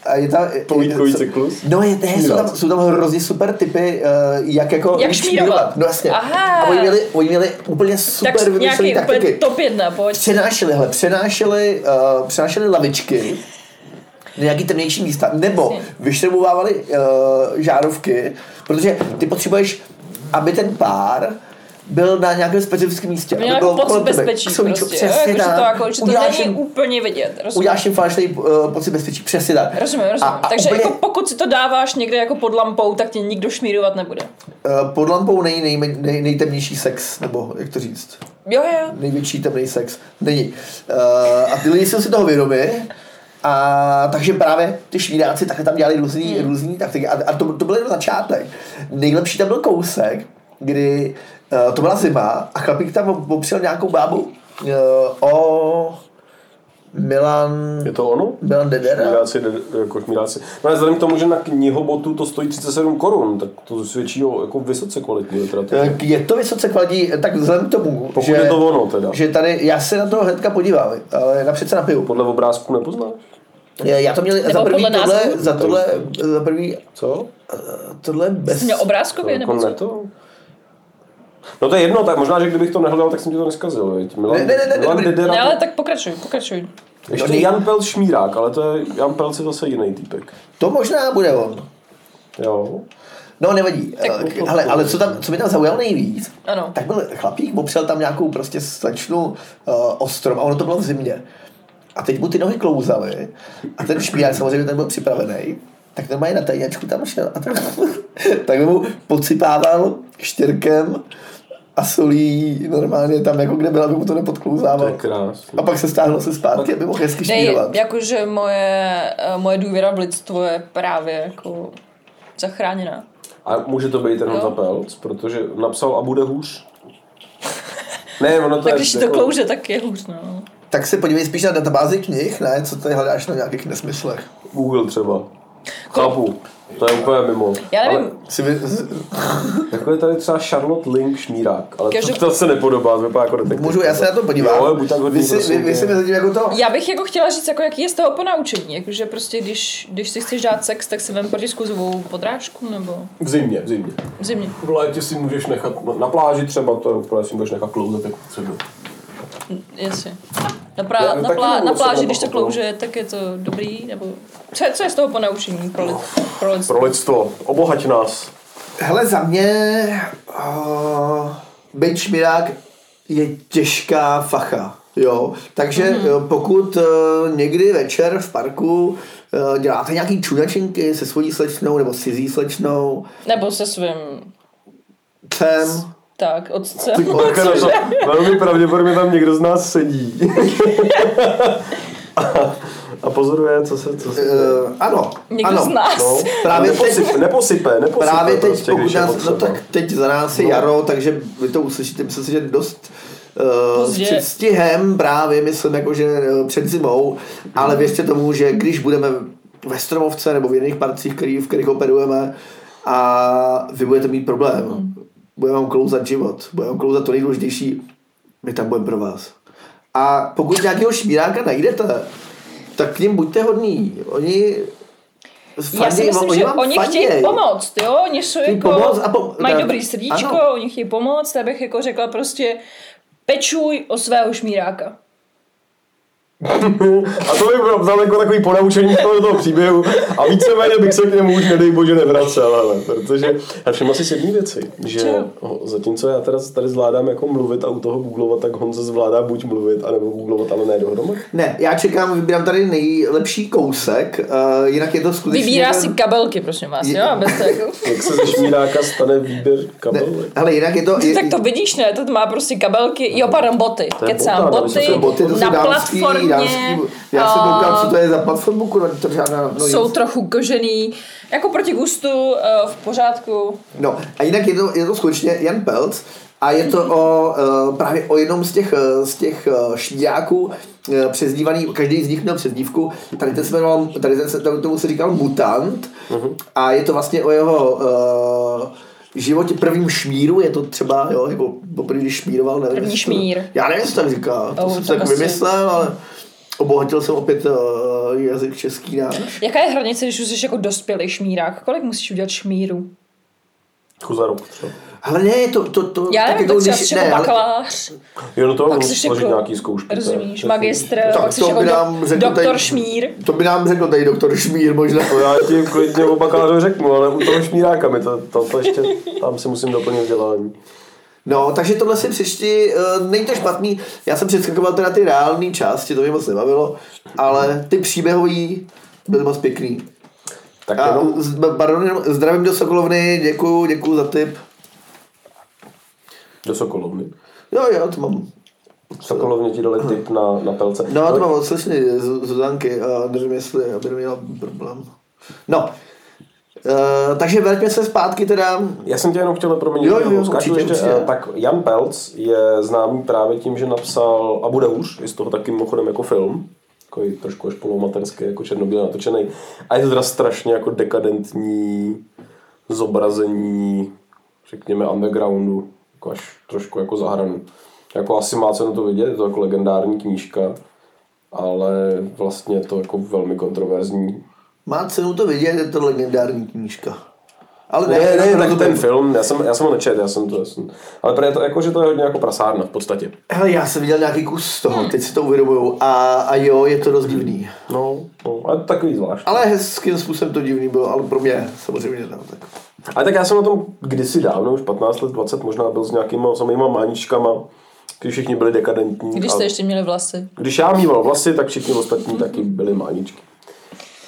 A je tam, je-
Mhm. Povídkový
jsou-
cyklus?
No je, ne, jsou, tam,
Šmírat.
jsou tam hrozně super typy, eh, jak jako...
Jak šmírovat.
No jasně.
Aha.
A oni měli, oni měli úplně super
Tak
vymyšlené
nějaký úplně
taktiky.
top jedna, pojď.
Přenášeli, hele, přenášeli, uh, přenášeli lavičky na nějaký temnější místa, nebo
Jasně.
vyšrobovávali uh, žárovky, protože ty potřebuješ, aby ten pár byl na nějakém specifickém místě.
Měl
aby bylo
jako pocit
kolem tebe.
bezpečí
Ksovíčko,
prostě, jo,
přesně
jakože to,
tak.
jako, že to
Uděláš
není
jim-
úplně vidět, rozumím.
Uděláš jim falešný uh, pocit bezpečí, přesně tak.
Rozumím, rozumím.
A, a
Takže
úplně,
jako pokud si to dáváš někde jako pod lampou, tak tě nikdo šmírovat nebude.
eh, pod lampou není nej, nej, nej, nejtemnější sex, nebo jak to říct.
Jo, jo.
největší temný sex. Není. Uh, a ty lidi jsou si toho vědomi. A takže právě ty švídáci takhle tam dělali různý, hmm. různý taktiky. A, a to, to byl jen začátek. Nejlepší tam byl kousek, kdy uh, to byla zima a chlapík tam popřel nějakou bábu uh, o Milan...
Je to ono?
Milan Dedera.
Šmíráci, jde- jako šmíráci. No ale vzhledem k tomu, že na knihobotu to stojí 37 korun, tak to svědčí o jako vysoce kvalitní literatuře.
Eh, Je to vysoce kvalitní, tak vzhledem k tomu,
Pokud
že,
je to ono teda.
že tady, já se na to hnedka podívám, ale napřed se napiju.
Podle obrázku nepoznáš?
Je, Já to měl za prvý
podle
tohle,
názvu?
za tohle, eh, za prvý
Co?
tohle bez...
Měl
To
obrázkově nebo
jako ne
co?
to. No to je jedno, tak možná, že kdybych to nehledal, tak jsem ti to neskazil, viď? Milan,
Ne, ne, ne, ne,
Milan
dobrý.
Dedera,
Ne, ale tak pokračuj, pokračuj.
ještě Jan Pel Šmírák, ale to je, Jan Pelc je zase jiný týpek.
To možná bude on.
Jo.
No nevadí. Eh, Hele, ale co, tam, co mi tam zaujalo nejvíc,
Ano.
tak byl chlapík, opřel tam nějakou prostě slečnu uh, ostrom a ono to bylo v zimě. A teď mu ty nohy klouzaly a ten špíják samozřejmě ten byl připravený, tak normálně na tajňačku tam šel a tak, tak mu podsypával štěrkem a solí normálně tam jako kde byla, aby mu to
To je
nepodklouzával.
krásný.
A pak se stáhlo se zpátky, aby mohl hezky
Dej,
špírovat.
jakože moje, eh, moje důvěra v lidstvo je právě jako zachráněná.
A může to být ten Honza
Jo.
Pelc, protože napsal a bude hůř. Ne, ono to
Tak
je... jako-
když si to klouže, tak je hůř, no.
Tak se podívej spíš na databázi knih, ne? Co tady hledáš na nějakých nesmyslech.
Google třeba. Chápu. To je úplně mimo.
Já nevím,
Ale
Si vy... z-
jako je tady třeba Charlotte Link Šmírák, ale
Každop-
Každop... to, to, se nepodobá, to vypadá jako detektiv.
Můžu, já se na to podívám.
Jo, ale buď tak hodný,
vy si, vy,
prosím
vy
tě.
si mi zatím jako to...
Já bych jako chtěla říct, jako jaký je z toho ponaučení, jakože prostě když, když si chceš dát sex, tak si vem prodiskluzovou podrážku nebo
V zimě, v zimě.
v zimě.
V létě si můžeš nechat na, na pláži třeba, to je úplně si můžeš nechat klouzat jako třeba.
Jasně. Na,
Já-
prá, na,
taky
plá,
budu
na
se
pláži,
tam
když to
pochopil.
klouže, tak je to dobrý, nebo co je, co je z toho ponaučení pro, lid, pro lid?
Pro lidstvo, obohať nás.
Hele, za mě... Uh, být šmirák je těžká facha. Jo, takže mm-hmm. pokud uh, někdy večer v parku uh, děláte nějaký čunačinky se svojí slečnou nebo s cizí slečnou,
Nebo se svým,
psem,
tak, otcem.
Takhle na to- Velmi pravděpodobně tam někdo z nás sedí. a, a pozoruje, co se... Co se
uh, ano,
Někdo
ano.
z nás.
no,
Právě
neposype, teď, neposype, neposype
Právě teď,
prostě,
pokud
když je
nás, no
potřeba. No.
tak teď za nás je jaro, takže vy to uslyšíte, myslím si, že dost uh, s
Pozdě.
předstihem právě, myslím, jako, že eh, před zimou,
Mm.
ale věřte tomu, že když budeme ve Stromovce nebo v jiných parcích, který, v kterých operujeme a vy budete mít
Mm.
problém, budeme vám klouzat život, budeme vám klouzat to nejdůležitější, my tam budeme pro vás. A pokud nějakého šmíráka najdete, tak k ním buďte hodní. Oni
Já si
fanděj,
myslím, že
vám
oni
fanděj.
chtějí pomoct, jo, oni jsou
Chtějí
jako,
pomoct a pom-
mají
ne,
dobrý srdíčko,
ano.
oni chtějí pomoct, já bych jako řekla prostě, pečuj o svého šmíráka.
A to bych byl vzal jako takový ponaučení z toho, do toho příběhu a víceméně bych se k němu už nedej bože nevracel, ale protože já všiml si jedné věci, že
Čeho?
ho- zatímco já teda tady zvládám jako mluvit a u toho googlovat, tak Honza zvládá buď mluvit, anebo googlovat, ale ne dohromady.
Ne, já čekám, vybírám tady nejlepší kousek, uh, jinak je to skutečně...
Vybírá
ten-
si kabelky, prosím vás,
Je-
jo, aby to jako...
Jak se ze šmíráka stane výběr
Ne,
kabelek?
hele, jinak je to... Je,
Tak to vidíš, ne? To má prostě kabelky. Jo, pardon, boty.
To je
Kecám,
bota,
boty,
to jsou
boty, to jsou
na
dámský,
platformě.
dámský, já jsem
a
koukal, co to je za platformu, kurva, to žádná... No,
Jsou
nic.
trochu kožený. Jako proti gustu, eh, v pořádku.
no, a jinak je to, je to skutečně Jan Pelc a je to o, uh, právě o jednom z těch, eh, z těch uh, šňáků uh, přezdívaný, každý z nich měl přezdívku, tady ten se jmenoval, tady ten se, tady tomu se říkal Mutant a je to vlastně o jeho uh, životě prvním šmíru, je to třeba, jo, jako poprvé, když šmíroval, nevím.
První
jestli to-
šmír.
Já nevím, co tak říká, to
Oh,
jsem si
tak
tak
asi-
vymyslel, ale obohatil jsem opět uh, jazyk český náš.
Jaká je hranice, když už jsi jako dospělý šmírák? Kolik musíš udělat šmíru?
Chuzarok třeba.
Ale ne, to, to, to,
Já nevím, tak třeba
když-
jsi jako
ne, ale-
bakalář,
Jo, no to
pak
musíš
jsi
složit
jako,
nějaký zkoušky. to je-
rozumíš,
to je-
magistr,
Tak
pak jsi
to
jako
by nám
do,
řekl
doktor
tady-
šmír.
To by nám řekl tady doktor Šmír možná.
To já ti klidně o bakaláři řeknu, ale u toho šmíráka mi to, to, to ještě, tam si musím doplnit vzdělání.
No, takže tohle si přečti, uh, není to špatný. Já jsem přeskakoval teda ty reální části, to mě moc nebavilo, ale ty příběhový byly moc pěkný.
Tak
A
jenom,
z- pardon, jenom zdravím do Sokolovny, děkuju, děkuju za tip.
do Sokolovny.
Jo, jo, to mám.
Sokolovně ti dali tip na, na pelce.
No, to mám odslyšený z Zuzanky a nevím, jestli aby neměla problém. No, uh, takže vraťme se zpátky teda.
Já jsem tě jenom chtěl proměnit.
Jo, jo, jo, určitě,
ještě,
určitě.
eh, Tak Jan Pelc je známý právě tím, že napsal a bude hůř, je z toho taky mimochodem jako film. Takový trošku až polomaterský, jako černobíle natočený. A je to teda strašně jako dekadentní zobrazení, řekněme, undergroundu, jako až trošku jako zahranu. Jako asi má cenu to vidět, je to jako legendární knížka, ale vlastně je to jako velmi kontroverzní
Má cenu to vidět, je to legendární knížka. Ale
Ne, ne, ne,
proto
tak
to-
ten film, já jsem, já jsem ho nečet, já jsem to, já jsem, ale pro to, jako, že to je hodně jako prasárna v podstatě.
Hele, já jsem viděl nějaký kus z toho, teď si to uvědomuju a, a jo, je to dost divný.
No, no ale takový zvlášť.
Ale hezkým způsobem to divný bylo, ale pro mě samozřejmě no, tak.
Ale tak já jsem na tom kdysi dávno, už 15 let, 20 možná byl s nějakýma samýma maničkama, když všichni byli dekadentní.
Když
a-
jste ještě měli vlasy.
když já mýval vlasy, tak všichni ostatní taky byli maničky.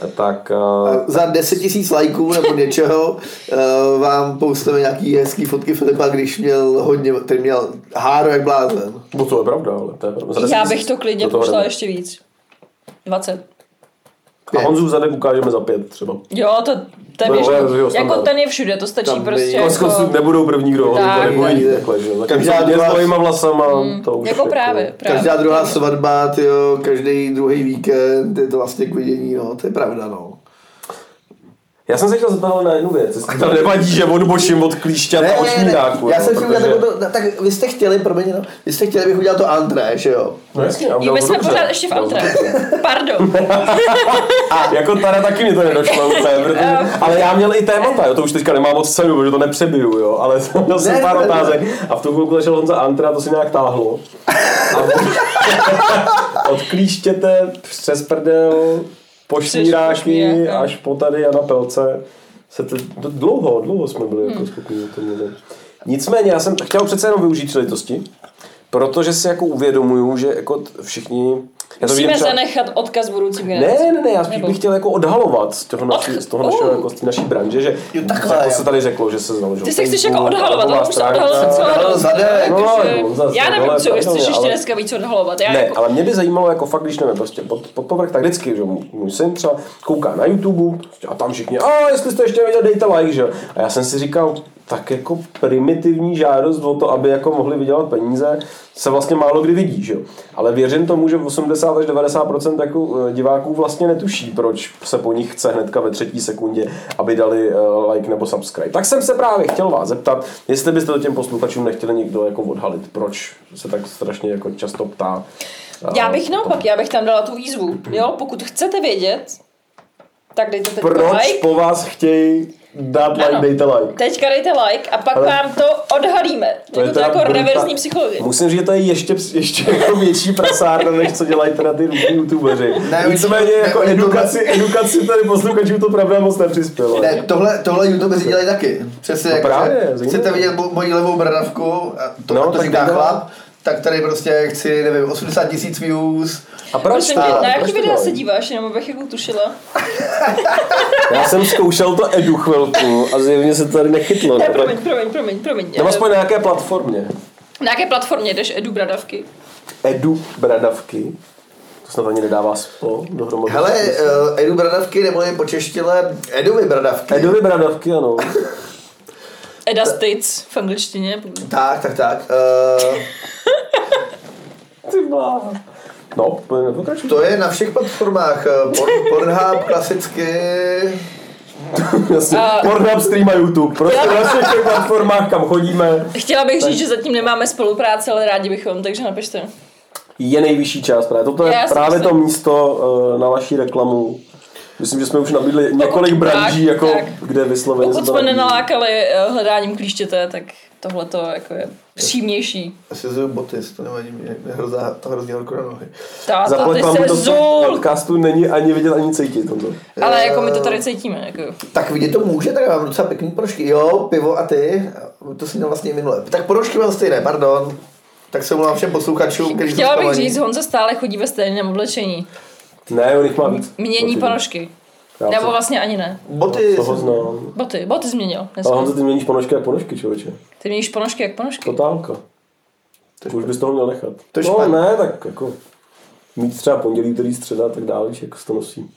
A tak, a,
A za 10 tisíc lajků nebo něčeho eh, vám postujeme nějaký hezký fotky Filipa, když měl hodně, který měl háro jak blázen.
bo no, to je pravda, ale to je pravda. Za 10
Já
tisíc
bych to klidně
do toho
pošla
jdeme.
ještě víc. 20. Jako-
A Honzu zadek ukážeme za pět třeba.
Jo, to To je
No,
běžný.
ale to je jeho
Jako
standard.
ten je všude, to stačí
Tam
prostě
nej-
Konec konců
jako...
nebudou první, kdo
Tak.
to nebojí.
Nejde, takhle, že jo.
Každá
Každá
dě s
druhá-
tvojima vlasama, to už
Jako právě,
Každá
právě.
druhá svatba, tyjo, každý druhý víkend je to vlastně k vidění, no, to je pravda, no.
Já jsem se chtěl zeptat ale na jednu věc. jestli To nevadí, že odbočím od klíšťat a od šmíráku.
já
jo,
jsem si udělal
protože-
takovou, to- tak vy jste chtěli, promiň, no, vy jste chtěli, abych udělal to antré, že jo?
No jasně, a
Jo, my
dobře.
jsme pořád ještě v antre. Pardon.
A jako tady taky mi to nedošlo úplně, protože, ale já měl i témata, jo, to už teďka nemám moc cenu, protože to nepřebiju, jo, ale měl jsem
Ne,
pár
ne, ne.
otázek a v tu chvilku začal Honza Antra, to si nějak táhlo. A od- od klíštěte přes prdel, po šmíráky
šmíráky.
až po tady a na pelce. Se to, to dlouho, dlouho jsme byli
Hmm.
jako schopni o tom mluvit. Nicméně, já jsem chtěl přece jenom využít příležitosti, protože si jako uvědomuju, že jako t- všichni... Já to
Musíme
třeba-
zanechat odkaz budoucím generacím.
ne, ne, ne, já spíš
Nebo-
bych chtěl jako odhalovat z toho, naši,
Odch-
z toho našeho,
Uh.
jako z té naší branže, že
Jo, takhle,
jako
jo.
se tady řeklo, že se založil.
Ty se chceš
Facebook, no,
jako odhalovat,
webová
ale už se
stránka.
odhalovat
odhalil
celou
zadek.
dobu.
No,
Takže
no, zase,
Já nevím,
tohle
co
je
chceš
pravda,
ještě
ale-
dneska víc odhalovat. Já
Ne,
jako-
ale mě by zajímalo, jako fakt, když nevím, prostě pod, pod povrch, tak vždycky, že můj můj syn třeba kouká na YouTube prostě a tam všichni, a jestli jste ještě neviděl, dejte like, že jo. A já jsem si říkal, tak jako primitivní žádost o to, aby jako mohli vydělat peníze, se vlastně málo kdy vidí, že jo. Ale věřím tomu, že 80 až 90 jako eh, diváků vlastně netuší, proč se po nich chce hnedka ve třetí sekundě, aby dali eh, like nebo subscribe. Tak jsem se právě chtěl vás zeptat, jestli byste to těm posluchačům nechtěli někdo jako odhalit, proč se tak strašně jako často ptá. eh,
Já bych naopak, já bych tam dala tu výzvu. Jo, pokud chcete vědět, tak dejte teď
proč
like.
po vás chtějí dát like,
Ano.
dejte like.
Teďka dejte like a pak
Ale-
vám to odhalíme. To je to jako
bruta-
reverzní psychologie.
Musím říct, že to je ještě, ještě jako větší prasárna, než co dělají teda ty různí youtubeři.
Ne, oni-
Nicméně
ne,
jako
oni to-
edukaci, edukaci tady posluchačů to pravda moc nepřispělo.
Ne, tohle, tohle YouTube dělají taky. Přesně, jak
No právě,
že
zajímavé.
chcete vidět mo- moji levou bradavku, a to,
No,
no, to
tak
říká
to-
chlap, tak tady prostě chci, nevím, 80 tisíc views.
A proč
Prosím
to?
tě, na
Proč
jaký
to
videa
dělají?
se díváš, jenom abych jako tušila?
Já jsem zkoušel to edu chvilku a zjevně se to tady nechytlo.
Ne,
no,
promiň,
tak-
promiň, promiň, promiň.
Nebo
Eh,
aspoň na nějaké platformě.
Na jaké platformě jdeš Edu Bradavky?
Edu bradavky. To snad ani nedává spol dohromady.
Hele, eh, Edu bradavky, nebo je počeštile Edovi bradavky.
Edovi bradavky, ano.
Eda States v angličtině.
Tak, tak, tak. eh,
Ty blá. No, pokračuj.
to je na všech platformách. eh, Porn, Pornhub klasicky.
Jasně.
A-
Pornhub, stream a YouTube. Prostě na všech těch platformách, kam chodíme,
Chtěla bych říct, že zatím nemáme spolupráce, ale rádi bychom, takže napište.
je nejvyšší čas právě. Toto je
Já si
právě to
myslím.
místo eh, na vaši reklamu. Myslím, že jsme už nabídli několik
tak,
branží, jako
tak.
kde vysloveně se
Pokud
to
jsme
nabízí.
nenalákali eh, hledáním klíštěte, tak tohle to jako je přímější.
Asi zuju boty, to nevadí mě, je hrozá, to hrozně horko na nohy.
Táto,
Zaplať
ty
vám,
se
to v tom
zul!
podcastu není ani vidět, ani cítit. Honzo.
Ale jako my to tady cítíme, jako.
Tak vidět to může, tak já mám docela pěkný prošky. Jo, pivo a ty, to si měl vlastně minule. Tak prošky mám stejné, pardon. Tak se omlouvám všem posluchačům, kteří jsou
Chtěla bych
zklamaní.
říct, Honza stále chodí ve stejném oblečení.
Ne, on jich má víc.
Mění
Určitě.
ponožky.
Já
Nebo
se-
vlastně ani ne.
Boty,
Toho
jsem-
znám.
Boty, boty změnil. dneska.
Ale Honzo, ty měníš ponožky a ponožky, člověče.
Ty měníš ponožky jak ponožky.
Totálka.
To je
Už bys toho měl nechat.
To je
no,
špatně.
ne, tak jako mít třeba pondělí, úterý, středa a tak dále, víš, jako se to nosí.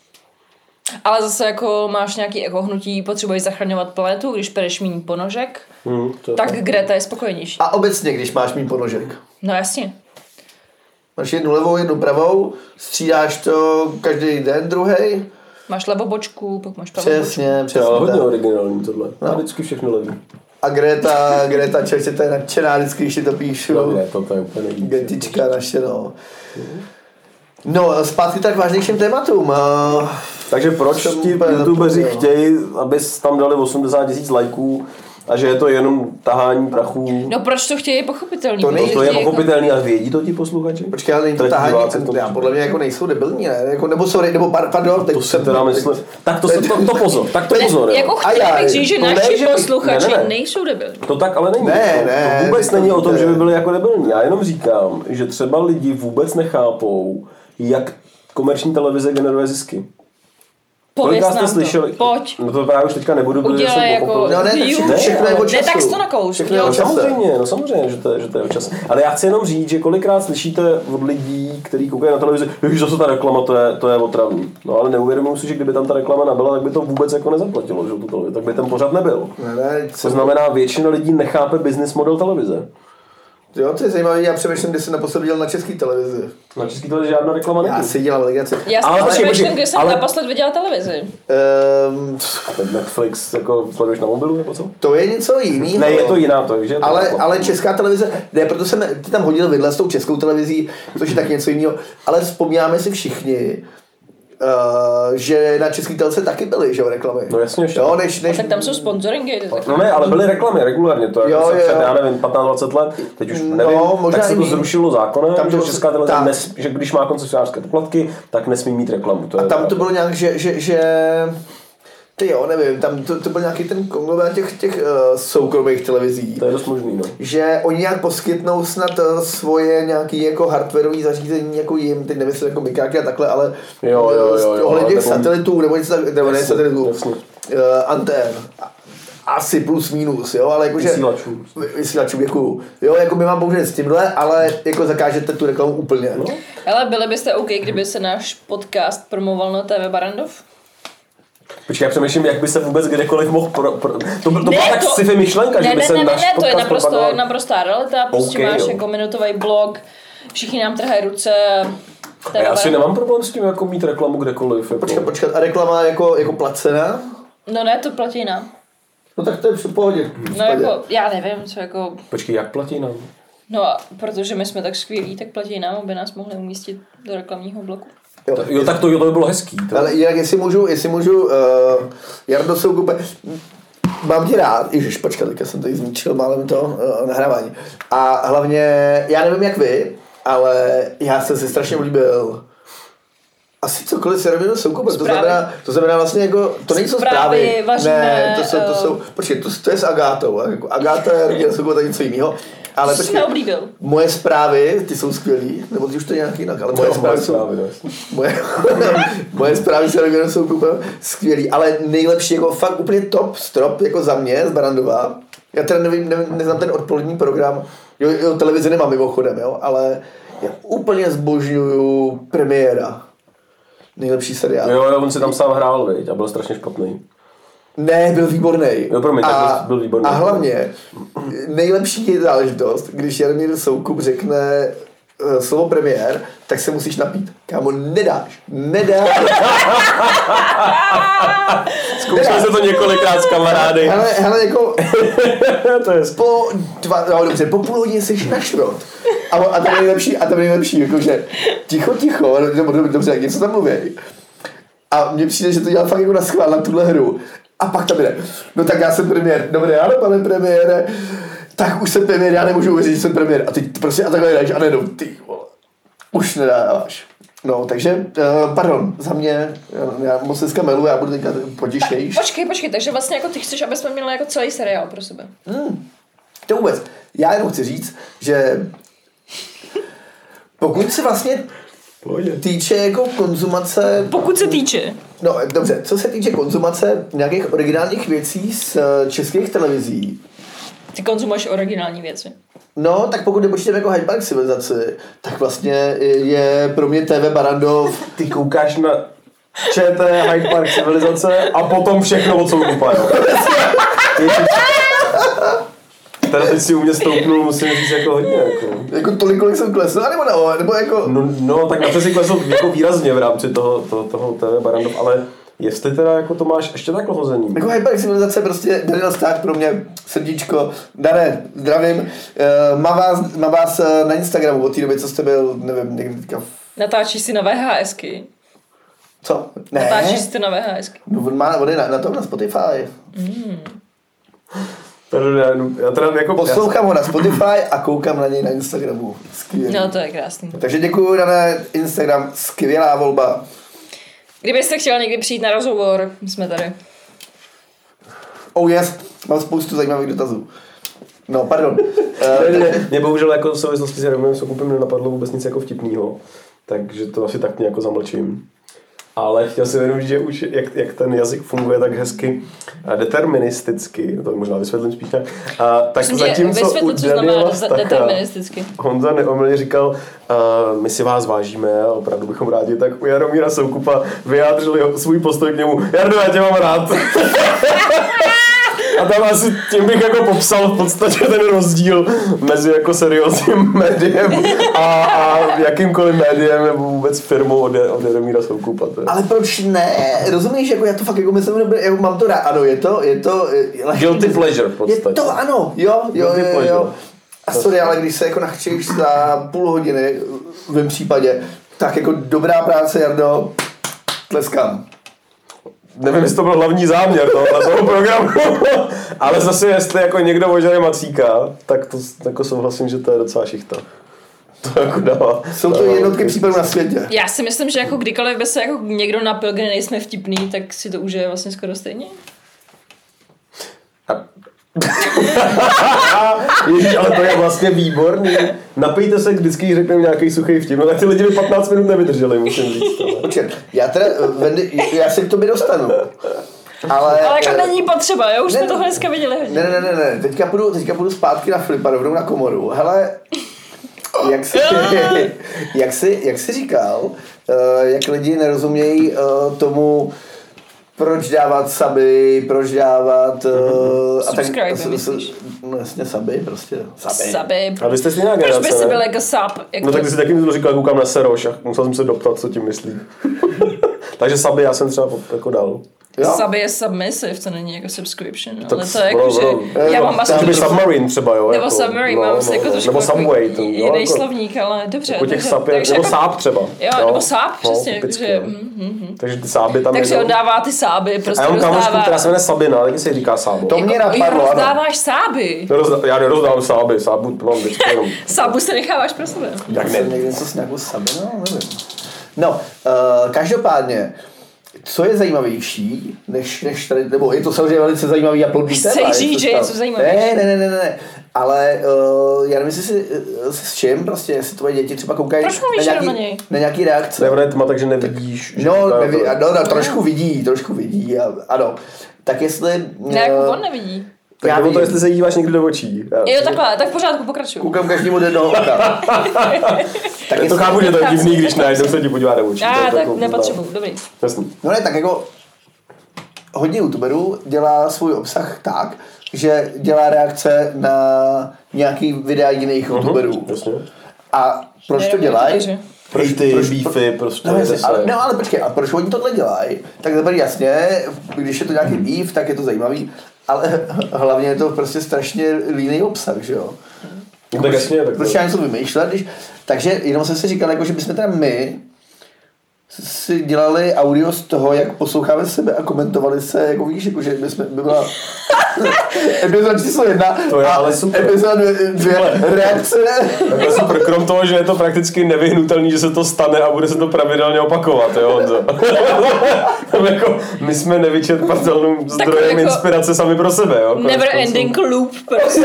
Ale zase jako máš nějaký jako hnutí, potřebuješ zachraňovat planetu, když pereš méně ponožek,
Hmm, to je
tak Greta je spokojenější.
a obecně, když máš mít ponožek.
No jasně.
Máš jednu levou, jednu pravou, střídáš to každý den, druhý.
Máš lebobočku, pak máš pravobočku.
Přesně,
To je ale
přesně.
hodně
tak.
originální tohle.
No.
Já vždycky všechno levím.
A Greta, Greta, člověče, to je nadšená vždycky, když ti to píšu.
Ne, to, to je úplně nejvíc.
Getička naše, no. No, zpátky tak vážnějším tématům. Uh,
Takže proč
Jsem
ti
úplně
youtubeři
zapomněl.
chtějí, aby tam dali 80 tisíc lajků a že je to jenom tahání prachů?
No proč to chtějí je pochopitelný?
To
proč
nej-
to je
chtějí jako-
pochopitelný a vědí to ti posluchači?
Počkej, ale není to
Teď
tahání,
diváci to-
já podle mě jako nejsou debilní, ne? Jako, nebo sorry, nebo par, pardon, teď
To si teda myslím. Tak to, se, to, to pozor, tak to
Ne,
pozor. jo.
Jako
A já-
chtěla bych říct, že
to ne, že
naši
bych-
posluchači
ne, ne, ne.
nejsou debilní.
To tak ale není.
Ne,
to,
ne,
to vůbec
to
není o tom,
víte.
že by byli jako debilní. Já jenom říkám, že třeba lidi vůbec nechápou, jak komerční televize generuje zisky.
Pověz
Kolikrát jste
nám
slyšeli?
to. Pojď.
No to právě už teďka nebudu, protože jsem
Udělej jako
pochopil.
No, ne, tak
review.
všechno- všechno je o
Ne,
času.
tak to nakous.
Všechno je
udělej
o
čas.
čase. Samozřejmě, no samozřejmě, že to je, že to je o čase. Ale já chci jenom říct, že kolikrát slyšíte od lidí, kteří koukají na televizi, že zase ta reklama, to je, to je otravný. No ale neuvědomuji si, že kdyby tam ta reklama nebyla, tak by to vůbec jako nezaplatilo, že tu televizi, tak by ten pořád nebyl.
Ne, ne,
To
co,
znamená, většina lidí nechápe business model televize.
jo, to je zajímavé, já přemýšlím, kdy jsem naposledy dělal na české televizi.
Na český televizi žádná reklama
Já
není.
si dělám legraci.
Já si
Ale počkej,
přemýšlím,
počkej,
kde jsem
ale-
naposled viděla televizi.
Ehm,
Ten Netflix jako sleduješ na mobilu nebo co?
to je něco jiného.
Ne, je to jako- jiná to, že?
Ale, ale česká televize, ne, proto jsem ty tam hodil vidle s tou českou televizí, což je tak něco jiného, ale vzpomínáme si všichni, Uh, že na český telce taky byly, že jo, reklamy.
No jasně, ještě.
jo, než, než,
Tak tam jsou sponsoringy. tak-
No ne, ale byly reklamy regulárně, to
Jo,
jako se
jo,
před,
jo.
já nevím, 15-20 let, teď už
No,
nevím,
možná
tak se
i
to
míň.
zrušilo zákonem,
Tam
tam, že,
to-
česká televize
tak.
nes, že když má koncesionářské poplatky, tak nesmí mít reklamu. To je,
tam to bylo nějak, že, že, že ty jo, nevím, tam to, to byl nějaký ten konglomerát těch, těch uh, soukromých televizí.
to je dost možný, no.
že oni nějak poskytnou snad eh, svoje nějaký jako hardwareový zařízení jako jim, teď nevím, jestli jako mikáky a takhle, ale
Jo, jo, jo, jo,
ohledně
nebo-
nebo... satelitů, nebo něco tak, nebo ne
Jasně,
satelitů,
jasně.
eh, antén, A- asi plus minus, jo, ale jakože...
Vysílačů.
Vysílačů, děkuju. Jo, jako my vám pomůžeme s tímhle, ale jako zakážete tu reklamu úplně. No.
Ale byli byste OK, kdyby se náš podcast promoval na TV Barandov?
Počkej, já přemýšlím, jak by se vůbec kdekoliv mohl pro, pro, to, byl- No to byla tak sci-fi myšlenka,
ne,
že by
ne,
se
ne, ne,
náš
ne, to je
podcast
naprosto,
propagoval.
naprostá realita, prostě
OK,
máš
jo.
jako minutový blog, všichni nám trhají ruce.
A
TV
já si
Barrandov.
nemám problém s tím, jako mít reklamu kdekoliv. Jako.
Počkat, počkat, a reklama jako, jako placená?
No ne, to platí nám.
No tak to je v pohodě.
No jako, já nevím, co jako,
Počkej, jak platí nám?
no a protože my jsme tak skvělí, tak platí nám, aby nás mohli umístit do reklamního bloku.
Jo.
Jo, tak to, jo, to by bylo hezký. To.
Ale jinak, jestli můžu, jestli můžu, uh, Jardo Soukupe, mám tě rád, ježiš, počkat, teďka jsem tady zničil málem to uh, nahrávání. A hlavně, já nevím jak vy, ale já jsem si strašně líbil asi cokoliv s Jardo Soukupem, to
Zprávy.
znamená, to znamená vlastně jako, to nejsou
Zprávy,
zprávy,
vaříme,
ne, to jsou, to
eh,
jsou, počkej, to, to je s Agátou, a jako Agáta je Jardo Soukup, to je něco jiného. Ale
Co jsi
počkej,
neoblíbil?
moje zprávy, ty jsou skvělý, nebo ty už to je nějak jinak, ale moje
No,
zprávy
moje
jsou,
zprávy, no, jasně.
Moje, moje zprávy s Rogerem jsou kupem skvělý, ale nejlepší, jako fakt úplně top strop, jako za mě, z Barandová. Já teda nevím, nevím neznám ten odpolední program, jo, jo televizi nemám mimochodem, jo, ale já úplně zbožňuju premiéra. Nejlepší seriál.
Jo, jo, on si tam sám hrál, viď, a byl strašně špatný.
Ne, byl výborný.
Jo, promiň, tak byl- byl výborný.
A hlavně, nejlepší je záležitost, když Jaromír Soukup řekne eh, slovo premiér, tak se musíš napít. Kámo, nedáš. Nedáš.
Zkoušeli se to několikrát s kamarády.
Hele, hele, jako
to je
po dva, no dobře, po půl hodině jsi na šrot. A, a tam je nejlepší, a tam je nejlepší, jakože ticho, ticho, ale dobře, dobře, dobře, tak něco tam mluví. A mně přijde, že to dělá fakt jako na schvál na tuhle hru. A pak tam jde. No tak já jsem premiér. Dobré, ale pane premiére, tak už jsem premiér, já nemůžu uvěřit, že jsem premiér. A ty prostě a takhle jdeš a nejenom ty vole. Už nedáváš. No, takže, uh, pardon, za mě, eh, já moc dneska melu, já budu teďka potišejší.
Počkej, počkej, takže vlastně jako ty chceš, aby jsme měli jako celý seriál pro sebe.
To vůbec. Já jenom chci říct, že pokud se vlastně týče jako konzumace,
Pokud se týče.
no dobře, co se týče konzumace nějakých originálních věcí z eh, českých televizí,
Ty konzumuješ originální věci.
No, tak pokud nepočítám jako Hyde Park civilizaci, tak vlastně je pro mě TV Barandov
Ty koukáš na ČT, Hyde Park, civilizace a potom všechno od soukupa, jo. Ježiš. Teda teď si u mě stoupnul, musím říct, jako hodně, jako.
jako tolik, kolik jsem klesl, nebo ne, nebo jako...
No, no tak na to si klesl jako výrazně v rámci toho, toho, toho TV Barandov, ale jestli teda jako to máš ještě takhle hozený.
Jako Hyde Park civilizace prostě Daniel Stát pro mě srdíčko. Dane, zdravím. Eh, Má vás, má vás eh, na Instagramu od té doby, co jste byl, nevím, někdy teďka v
Natáčíš si na VHSky.
Co? Ne.
Natáčíš si to na VHSky.
No, on má, on je na, na tom na Spotify.
Teda, já, já teda jako...
Poslouchám ho na Spotify a koukám na něj na Instagramu. Skvělý.
No to je krásný.
Takže děkuji, Dané, Instagram, skvělá volba.
Kdybyste chtěl někdy přijít na rozhovor, my jsme tady.
Oh yes, mám spoustu zajímavých dotazů. No, pardon.
Já,
Eh,
ne, ne, mě bohužel jako v souvislosti s Jaromírem Sokupem nenapadlo vůbec nic jako vtipného. Takže to asi tak nějak jako zamlčím. Ale chtěl jsem jenom říct, že už jak, jak ten jazyk funguje tak hezky eh, deterministicky, to možná vysvětlím spíš nějak, a, tak
Prosím tě,
zatímco u
vysvětlit, co
Daniela
znamená za-
Staka,
deterministicky.
Honza neomylně říkal, uh, my si vás vážíme a opravdu bychom rádi, tak u Jaromíra Soukupa vyjádřili ho- svůj postoj k němu. Jardo, já tě mám rád. A tam asi tím bych jako popsal v podstatě ten rozdíl mezi jako seriózním médiem a, a jakýmkoliv médiem nebo vůbec firmou od, Ja- od Jaromíra Soukupa. To je-
Ale proč ne? Rozumíš, jako já to fakt jako myslím, že jako mám to rád. Ano, je to, je to... eh, Je, lehký-
Guilty pleasure v podstatě.
Je to, ano, jo, jo,
Guilty
jo,
pleasure.
jo. A sorry, ale když se jako nachčíš za půl hodiny, v mém případě, tak jako dobrá práce, Jardo, tleskám.
Nevím, jestli to byl hlavní záměr tohle toho programu, ale zase jestli jako někdo ožere macíka, tak to s- jako souhlasím, že to je docela šichta. To jako dává.
Jsou to
dává
jednotky
velký
případů na světě.
Já si myslím, že jako kdykoliv by se jako někdo napil, kde nejsme vtipný, tak si to užije vlastně skoro stejně.
Ježíš, ale to je vlastně výborný. Napijte se, vždycky když řekneme nějaký suchý vtip, no tak ty lidi by 15 minut nevydrželi, musím říct. Ale.
Počkej, já teda, eh, Wendy, já se k tobě dostanu. Ale,
Ale jako
eh,
není potřeba, jo? Už jsme
ne,
toho dneska viděli
Ne,
hodně.
ne, ne, ne, teďka půjdu, teďka půjdu zpátky na Filipa, rovnou na komoru. Hele, jak jsi, jak jsi, jak jsi říkal, eh, jak lidi nerozumějí eh, tomu, proč dávat saby, proč dávat... Uh,
Subscribe, myslíš?
No jasně, saby, prostě. Saby.
Saby.
A vy jste stejná
Proč by
generace,
si byl
ne?
jako sap? Jako...
No tak ty si taky mi říkal, koukám na Seroš a musel jsem se doptat, co tím myslí. Takže Sabi já jsem třeba jako dal.
Jo?
Saby je submissive, to není jako subscription,
Tak
ale to je jako,
ono- ono-
že já
jo,
mám asi
Takže by
trošku-
Submarine třeba, jo?
nebo
jako,
Submarine, mám si jako trošku
Nebo
jako
Subway, to,
jiný
jo, jako,
slovník, ale dobře.
jako těch
takže-
sap,
takže
nebo
jako-
sáb třeba. No,
Jo, nebo sáb, přesně,
typicky,
takže,
jo. Takže ty sáby tam
mm. Takže
jedou.
on dává ty sáby,
A
prostě
já mám kamošku,
rozdává.
která se jmenuje Sabina, taky se říká sábo.
To mě
Jo,
napadlo, ano.
rozdáváš sáby.
Nerozda- já nerozdám sáby, sábu to mám vždycky jenom.
Sábu se necháváš pro sebe.
Jak
ne?
jsem někde něco s nějakou Sabinou, nevím. No, uh, každopádně, co je zajímavější, než, než tady, nebo je to samozřejmě velice zajímavý a plodný
Chceš
téma,
říct,
to
že je
tam-
něco zajímavější?
Ne, ne, ne, ne, ne. Ale uh, já nevím, jestli si, eh, s čím prostě, jestli tvoje děti třeba koukají
Proč mluvíš
na,
na
nějaký,
něj?
na nějaký reakce.
Ne, ona je tma, takže nevidíš. že
No,
to je jako-
neví,
to.
no, no, trošku vidí, trošku vidí, a, ano. Tak jestli...
Ne, jako
eh,
on nevidí.
Tak
já
nebo to,
vidím.
jestli se díváš někdy do očí. Já-
Jo, takhle, tak v pořádku, pokračuju.
Koukám každému do jednoho oka. tak
Já to
jestli-
chápu, že to je divný, když najednou se ti podívá do očí. to
A
je
tak
jako-
nepotřebuju, dobrý.
Jasný.
No ne, tak jako hodně youtuberů dělá svůj obsah tak, že dělá reakce na nějaký videa jiných
Mhm.
youtuberů.
Jasně.
A proč to
Nejenom
dělají?
youtubeři.
Proč ty beefy, prostě
No, jasně,
jde se-
ale, no ale počkej, a proč oni tohle dělají? Tak zaprvé jasně, když je to nějaký
Mhm.
beef, tak je to zajímavý, ale hlavně je to prostě strašně líný obsah, že jo?
No tak jasně, tak to-
Proč já něco vymýšlet, když... Takže jenom jsem si říkal, jako, že bychom teda my si dělali audio z toho, jak posloucháme sebe a komentovali se, jako víš, jako, že bychom, by byla epizoda číslo jedna
To je
a
ale super.
epizoda dvě, dvě reakce.
Tak to je super, krom toho, že je to prakticky nevyhnutelný, že se to stane a bude se to pravidelně opakovat, jo, Honzo? Tam jako, my jsme nevyčerpatelným zdrojem
jako-
inspirace sami pro sebe, jo? konec
Never
konců.
ending loop, prostě.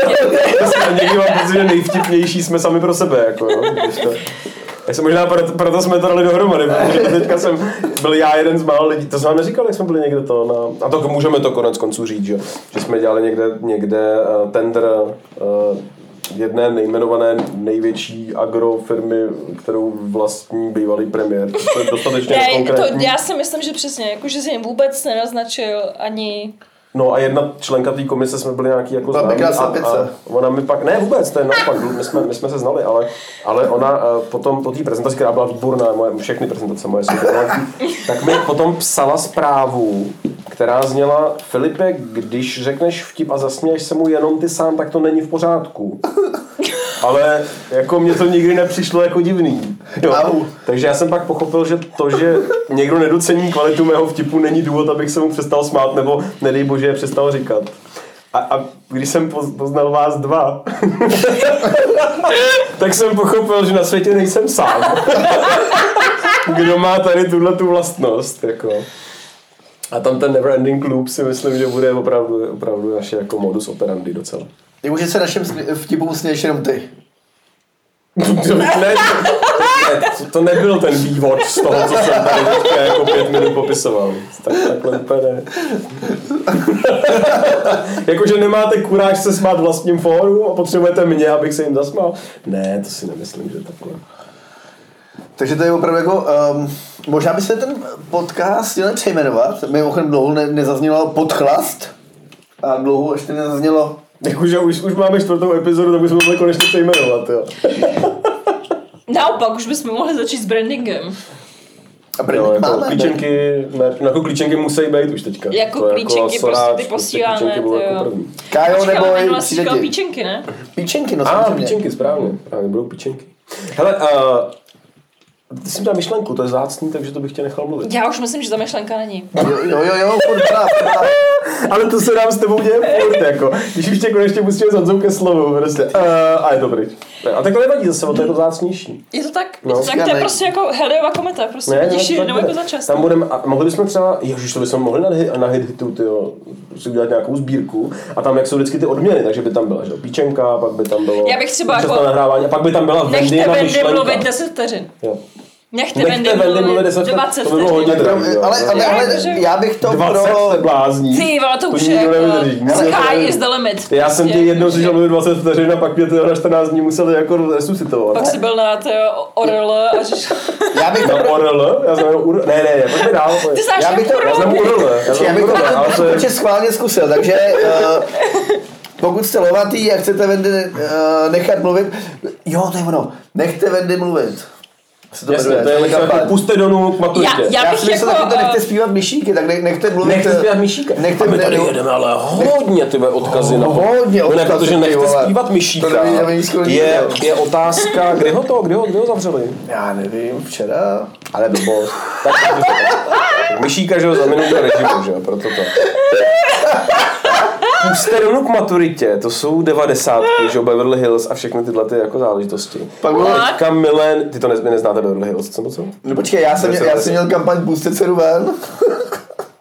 To jsme někdy mám pocit, že nejvtipnější jsme sami pro sebe, jako jo. když to- Já jsem možná proto, proto jsme to dali dohromady, protože to teďka jsem byl já jeden z mála lidí, to jsem vám neříkal, jak jsme byli někde to na, a to můžeme to konec konců říct, že, že jsme dělali někde, někde uh, tender uh, jedné nejmenované největší agrofirmy, kterou vlastní bývalý premiér. To je dostatečně
Ne, to,
konkrétní.
já si myslím, že přesně, jako, že jsi vůbec nenaznačil ani...
No a jedna členka té komise jsme byli nějaký jako
Byla
známí
pěkná
a, a
slepice.
ona mi pak, ne vůbec, to je naopak, my jsme, my jsme se znali, ale, ale ona eh, potom po té prezentaci, která byla výborná, moje, všechny prezentace moje jsou výborné, tak mi potom psala zprávu, která zněla, Filipe, když řekneš vtip a zasměješ se mu jenom ty sám, tak to není v pořádku. Ale jako mě to nikdy nepřišlo jako divný.
Au.
Jo. Takže já jsem pak pochopil, že to, že někdo nedocení kvalitu mého vtipu, není důvod, abych se mu přestal smát, nebo nedej bože, je přestal říkat. A, a když jsem poz- poznal vás dva, tak jsem pochopil, že na světě nejsem sám. Kdo má tady tuhle tu vlastnost, jako. A tam ten Neverending Loop si myslím, že bude opravdu, opravdu naše jako modus operandi docela.
Jako, že se našem smě- vtipům směješ jenom ty.
To- ne, to, to nebyl ten vývod z toho, co jsem tady teďka jako pět minut popisoval. Tak, takhle úplně ne. Jakože nemáte kuráž se smát vlastním fóru a potřebujete mě, abych se jim zasmál? Ne, to si nemyslím, že takhle.
Takže to je opravdu jako, um, možná byste ten podcast měli přejmenovat, mimochodem dlouho ne, nezaznělo podchlast a dlouho ještě nezaznělo,
Jakože už, už máme čtvrtou epizodu, tak bychom mohli konečně přejmenovat, jo.
Naopak, už bychom mohli začít s brandingem.
a
jo
branding
jako
máme, ne?
klíčenky, ne, no jako klíčenky musí být už teďka.
Jako
je
klíčenky prostě ty
soráč,
posíláme,
klíčenky budou jako
to jo.
první.
Kájo,
Počkej, ale
neboj,
minule jsi
přijde
říkal
ti.
píčenky, ne?
Píčenky, no
A,
samozřejmě.
píčenky, správně. Právě budou píčenky. Hele, uh, ty jsi mi dal myšlenku, to je zácný, takže to bych tě nechal mluvit.
Já už myslím, že ta myšlenka není.
Jo, jo, jo, jo, furt brát, brát.
Ale to se nám s tebou děje furt, jako. Když už tě konečně pustíme zanzou ke slovu, prostě. Uh, a je to pryč. Ne, A tak to nevadí, zase o to je to zácnější.
Je to tak,
No,
no, tak to
já
je
ne-
prostě jako Heliova kometa, prostě
Ne,
vidíš
ne,
ji
tak ne.
jednou jako za čas.
Tam budeme, a mohli bychom třeba, ježiš, to bychom mohli na, hit- na hit hitu, tyjo, si udělat nějakou sbírku a tam, jak jsou vždycky ty odměny, takže by tam byla, že jo, píčenka, pak by tam bylo
Já bych třeba
účast
jako-
na nahrávání, a pak by tam byla Vendy na
Nechte Vendy
myšlenka.
mluvit 10 vteřin.
Jo.
Nechte Vendy
Nechte Vendy mluvit 10
mluvit
vteřin,
20
to by bylo hodně
vteřin.
drahý, jo.
Ale, ale, ale já bych to
20
pro...
jste blázní.
Ty, ale to už je
nikdo
jako-
nevydrží, nikdo
Sky
to nevydrží.
is the limit,
Já jsem tě
prostě.
jednou slyšel mluvit 20 vteřin a pak mě to na 14 dní museli jako resuscitovat.
Pak si byl na to ORL a říš,
Já bych to
No, orl, já znamenám url, ne, ne, ne, pojďme dál. pojď.
ty jako znáš
Já bych
ten
to-
Já
kurva.
znám url, já
Já
znám
bych to
url, ale to je...
určitě schválně zkusil, takže eh, pokud jste lovatý a chcete Vendy eh, nechat mluvit, jo, to je ono, nechte Vendy mluvit. Se to
Jasně,
jmenuje,
to je něco
kampaň.
jako puste do nů k maturitě.
Já- já-
Já
bych
si myslím,
jako,
že to
eh,
nechte zpívat myšíky, tak ne- nechte mluvit.
Nechte
eh,
zpívat myšíka.
Nechte
A my tady
mluvit.
jedeme ale hodně ty vole, odkazy na
Hodně
No ne,
odkazy,
protože
ty
nechte
vole.
zpívat myšíka.
To neví- neví skoro
Je,
nikdo.
je otázka, kde ho to, kde ho, kde ho zavřeli?
Já nevím, včera, ale
Blbost. Tak, myšíka, že ho za minulý režimu, že jo, proto to. Puste rovnou k maturitě, to jsou devadesátky, že jo, Beverly Hills a všechny tyhle ty jako záležitosti.
pak bylo...
What?
Teďka Milen, ty to ne, neznáte Beverly Hills, co to co?
No počkej, já jsem, měl- já jsem měl kampaň Pustit dceru ven.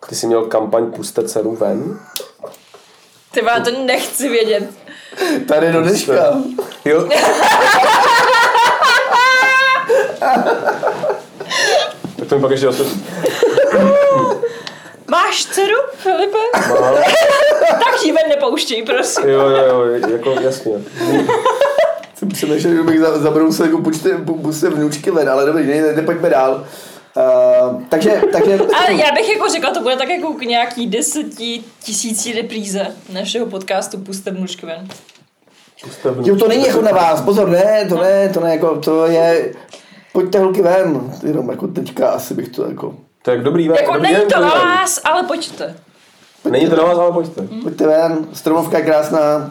Ty jsi měl kampaň Puste dceru ven?
Ty vole, já to nechci vědět.
Tady do dneška.
Jo. tak to mi pak ještě osvětlí.
Máš dceru, Filipe? tak ji ven nepouštěj, prosím.
Jo, jo, jo, jako jasně.
Jsem přemýšlel, že bych za- zabrousil jako pučte, pu- puste vnučky ven, ale dobrý, ne, ne, ne, pojďme dál. Uh, takže, takže...
Ale já bych jako řekla, to bude tak jako k nějaký deseti tisící repríze našeho podcastu Puste vnučky ven.
Puste vnitř.
Jo, to není jako na vás, pozor, ne, to ne, to ne, jako, to je, pojďte holky ven, jenom jako teďka asi bych to jako,
Tak dobrý den.
Jako
dobrý
není
den,
to na
dobrý den.
vás, ale pojďte.
Není to na vás, ale pojďte.
pojďte ven, stromovka je krásná,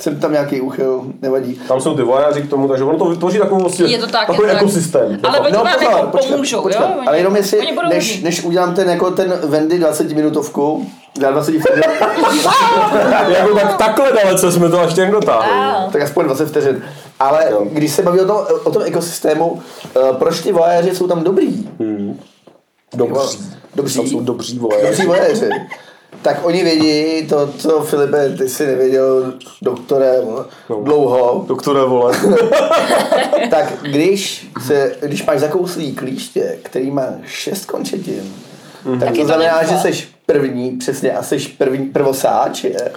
jsem tam nějaký úchyl, nevadí.
Tam jsou ty vojáři k tomu, takže ono to vytvoří takovou vlastně,
Je to tak,
takový
je to tak.
ekosystém.
Ale oni vám
No, pozor,
jako
počkat,
pomůžou,
počkat,
jo? Oni-
Ale jenom
oni
jestli,
budou
než,
hodní.
než udělám ten, jako ten Vendy 20 minutovku, za 20 vteřin,
jako tak takhle dalece jsme to až těm dotáhli.
Wow.
tak aspoň 20 vteřin. Ale
Jo.
když se baví o tom, o tom ekosystému, eh, proč ty vojáři jsou tam dobrý?
Dobří.
Dobří.
Tam jsou dobří vojáři.
Dobří vojáři. Tak oni vědí to, co Filipe, ty si nevěděl doktore
No.
dlouho,
Doktore, vole.
tak když, se, když máš zakouslý klíště, který má šest končetin,
Mhm.
mm-hmm. tak
Tak
to
je to
znamená,
limpa.
že jsi první, přesně, a jsi první prvosáč. Je.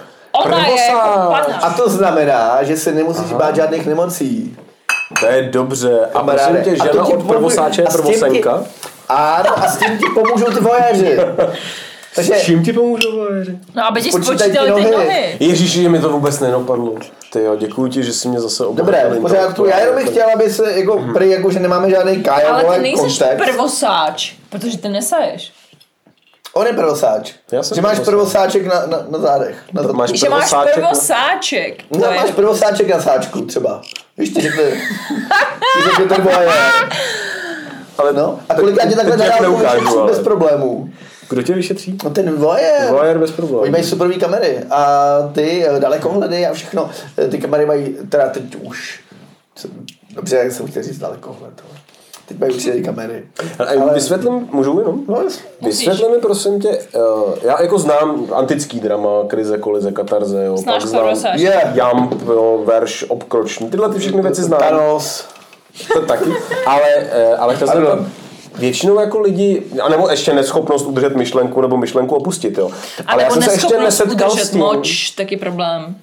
Ona je jako
Prvosáč.
A
15.
to znamená, že se nemusíš Aha. bát žádných nemocí.
To je dobře. A
kamaráde.
prosím tě,
A to
žena
ti
od
pomůže-
prvosáče je
a s tím ti-
prvosenka.
Ano, a s tím ti pomůžou ty vojáři. Takže
S čím ti pomůžou vojáři?
No, aby ti
Počítají
spočítali
ty
ty
nohy.
nohy.
Ježíši, mi to vůbec nenapadlo. Ty jo, děkuji ti, že jsi mě zase obohatil.
Dobré, v pořádku. Já jenom bych chtěl, aby se jako
Mhm.
prý, jako, že nemáme žádný Kaja,
Ale
vole,
ty nejseš
kontext.
prvosáč, protože ty nesaješ.
On je prvosáč.
Já jsem
že máš
prvosáč.
prvosáček na, na, na zádech. Na zadku.
Máš
Že máš
prvosáček, no.
prvosáček.
No,
To je-
máš prvosáček na sáčku třeba. Víš, ty řekne, ty řekne to moje.
Ale
No, a kolikrát tě takhle
Teď jak
nadávku
neukážu,
vyšetří
ale.
bez problémů.
Kdo tě vyšetří?
No ten voje.
Vojer bez problémů.
Oni mají superové kamery a ty eh, dalekohledy a všechno. Eh, Ty kamery mají, teda teď už, jsem- dobře, jak jsem chtěl říct dalekohled, ale teď mají určitě ty kamery.
Ale... Vysvětlím, můžu jenom?
No, jasně.
Vysvětli mi prosím tě, uh, já jako znám antický drama, krize, kolize, katarze, jo,
Znáš
pak znám
Sorosa?
je,
Jamp, jo, verš, obkroční, tyhle ty všechny věci znám.
Thanos,
To taky. Ale, eh, ale chtěl jsem
Pardon.
tam, většinou jako lidi, anebo ještě neschopnost udržet myšlenku nebo myšlenku opustit, jo.
A
Ale já
nebo
jsem se ještě
neschopnost
nesetkal
udržet
s tím.
moč, taky problém.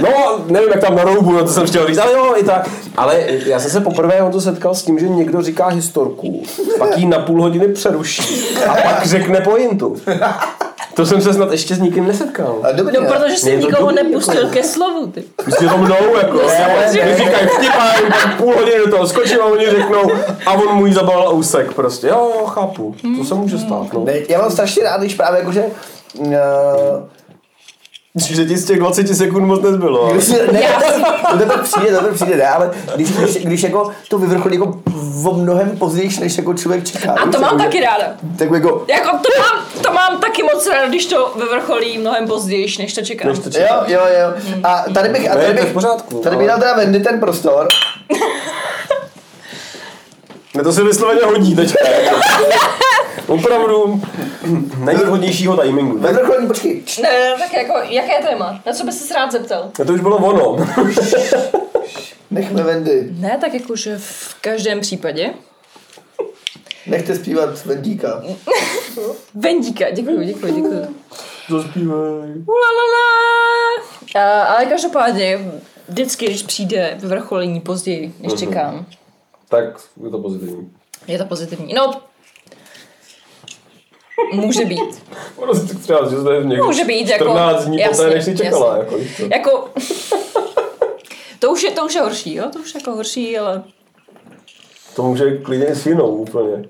No, nevím, jak tam na roubu, no to jsem chtěl říct, ale jo, i tak. Ale já jsem se poprvé on to setkal s tím, že někdo říká historku, pak ji na půl hodiny přeruší a pak řekne pointu. To jsem se snad ještě s nikým nesetkal.
A Eh, dobrý,
No,
ne?
protože
je
jsem
to
nikoho
dobrý,
nepustil
jako.
ke slovu, ty.
Prostě to mnou, jako.
No, samozřejmě.
Oni říkají vtipají, pak půl hodiny do toho skočím a oni řeknou a on mu ji zabal úsek prostě. Jo, jo, chápu. To se může stát, no.
Ne, já mám strašně rád, když právě jakože... Uh,
Že ti z těch 20 sekund moc nezbylo. ale-
když si, ne, no, to teprve přijde, to teprve přijde, ne, ale když, když, když jako to vyvrcholí jako o mnohem později, než jako člověk čeká.
A
víš,
to mám
jakože-
taky ráda.
Tak jako,
Jako to mám, to mám taky moc ráda, když to vyvrcholí mnohem později, než to čekám.
Než to čeká.
jo, jo, jo. A tady bych, a
Ne,
tady
to je
bych,
v pořádku,
tady bych
ale-
dal teda Wendy ten prostor.
Ne, to se vysloveně hodí teďka. jako. Opravdu není vhodnějšího timingu. Ne,
Vyvrcholení, počkej, čš,
Ne, ne, tak jako, jaké téma? Na co bys se rád zeptal?
to už bylo ono.
nechme Wendy,
Ne, tak jakože v každém případě.
nechte zpívat Vendíka.
Vendíka, děkuji, děkuji, děkuji.
Zaspívej.
Uh, Ulalala. A, ale každopádně, vždycky, když přijde vyvrcholení později,
Mhm.
než čekám,
Tak je to pozitivní.
je to pozitivní. No, může být.
Prostě třeba, že to je v někdy
Může být, jako,
14 dní poté,
jasně,
než si čekala.
jasně.
Jako, víš co.
Jako, to už je, to už je horší, jo? To už je jako horší, ale...
to může klidně i s jinou úplně.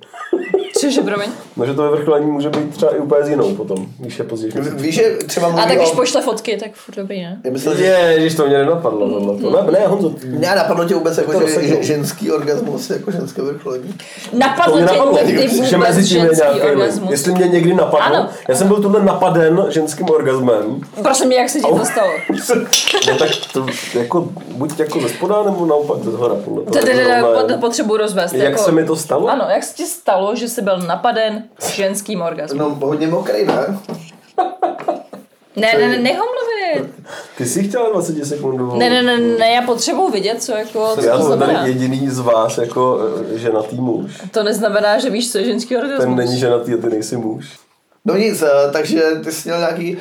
Cože, promiň.
No, že to vyvrcholení může být třeba i úplně s jinou potom, když je později.
Víš, že třeba
A
mluví
tak když
o...
pošle fotky, tak furt dobrý, ne?
Já myslel, že
Ježiš, to mě nenapadlo. tohle.
Hmm.
To. Ne, ne, Honzo, ty-
Ne, napadlo tě vůbec jako,
To
že,
rozseknu.
že, ženský orgasmus, jako ženské vrcholení.
To
Napadlo
mě
tě
napadlo,
někdy
že mezi
vůbec
tím je
ženský
nějaký
orgasmus?
Jestli mě někdy napadlo,
Ano.
já jsem byl tuhle napaden ženským orgasmem.
Prosím mě, jak se ti to stalo?
No tak to jako, buď jako ze spoda, nebo naopak ze zhora. podle toho,
To- to-
jak
to- to-
zrovna
to
je.
potřebuji rozvést.
Jak
jako-
se mi to stalo?
Ano, jak se ti stalo, že jsi byl napaden ženským orgasmem?
No, hodně mokrý, ne?
Ne, ne, ne, nech ho mluvit.
Ty jsi chtěla 20 sekundovou.
Ne, ne, ne, ne, já potřebuji vidět, co, jako, co
Já
to
jsem tady
znamená.
jediný z vás jako eh, ženatý muž.
To neznamená, že víš, co je ženský
Ten
orgasmus.
není ženatý a ty nejsi muž.
No nic, eh, takže ty jsi měl nějaký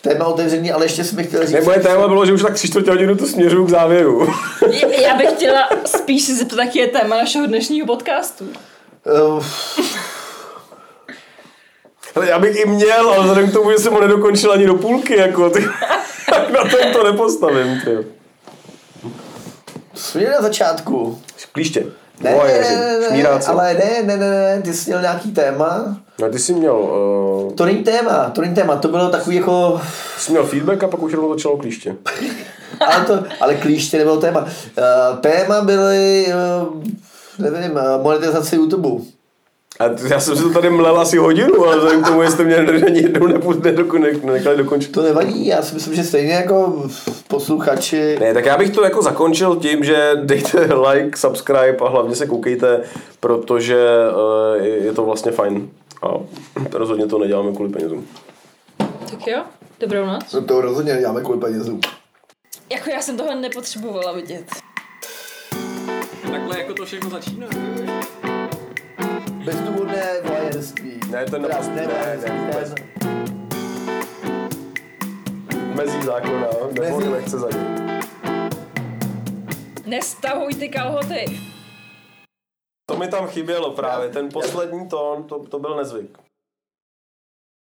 téma otevření, ale ještě jsem bych chtěl říct...
téma bylo, že už tak 3 čtvrtě hodinu tu směřuju k závěru.
J- Já bych chtěla spíš se zeptat, jaký je téma našeho dnešního podcastu.
Uh,
Ale já bych i měl, ale vzhledem k tomu, že jsem ho nedokončil ani do půlky, jako, ty, tak na tom to nepostavím. Ty.
jsi měl na začátku.
Klíště.
Ne,
Moje
ne,
jazyk.
ne, ne, ne,
Šmíráce.
ale ne, ne, ne, ne, ty jsi měl nějaký téma.
No, ty jsi měl, uh,
To není téma, to není téma, to bylo takový jako...
jsi měl feedback a pak už rovnou začalo klíště.
Ale, to, ale klíště nebylo téma. Uh, téma byly, uh, nevím, eh, monetizace YouTube.
A t- já jsem si to tady mlel asi hodinu, ale vzhledem k tomu, jestli mě ani jednou nepůjde nekali dokončit.
To nevadí, já si myslím, že stejně jako posluchači...
Ne, tak já bych to jako zakončil tím, že dejte like, subscribe a hlavně se koukejte, protože eh, je to vlastně fajn. A rozhodně to neděláme kvůli penězům.
Tak jo, dobrou noc.
No to rozhodně neděláme kvůli penězům.
Jako já jsem tohle nepotřebovala vidět.
Takhle jako to všechno začíná.
Bezdůvodné vojenství.
Ne, to je naprosto- ne, ne, vůbec. Mezí zákona, nebo
Mezí-
nechce za ně.
Nestahuj ty kalhoty.
To mi tam chybělo právě, ten poslední tón, to, to byl nezvyk.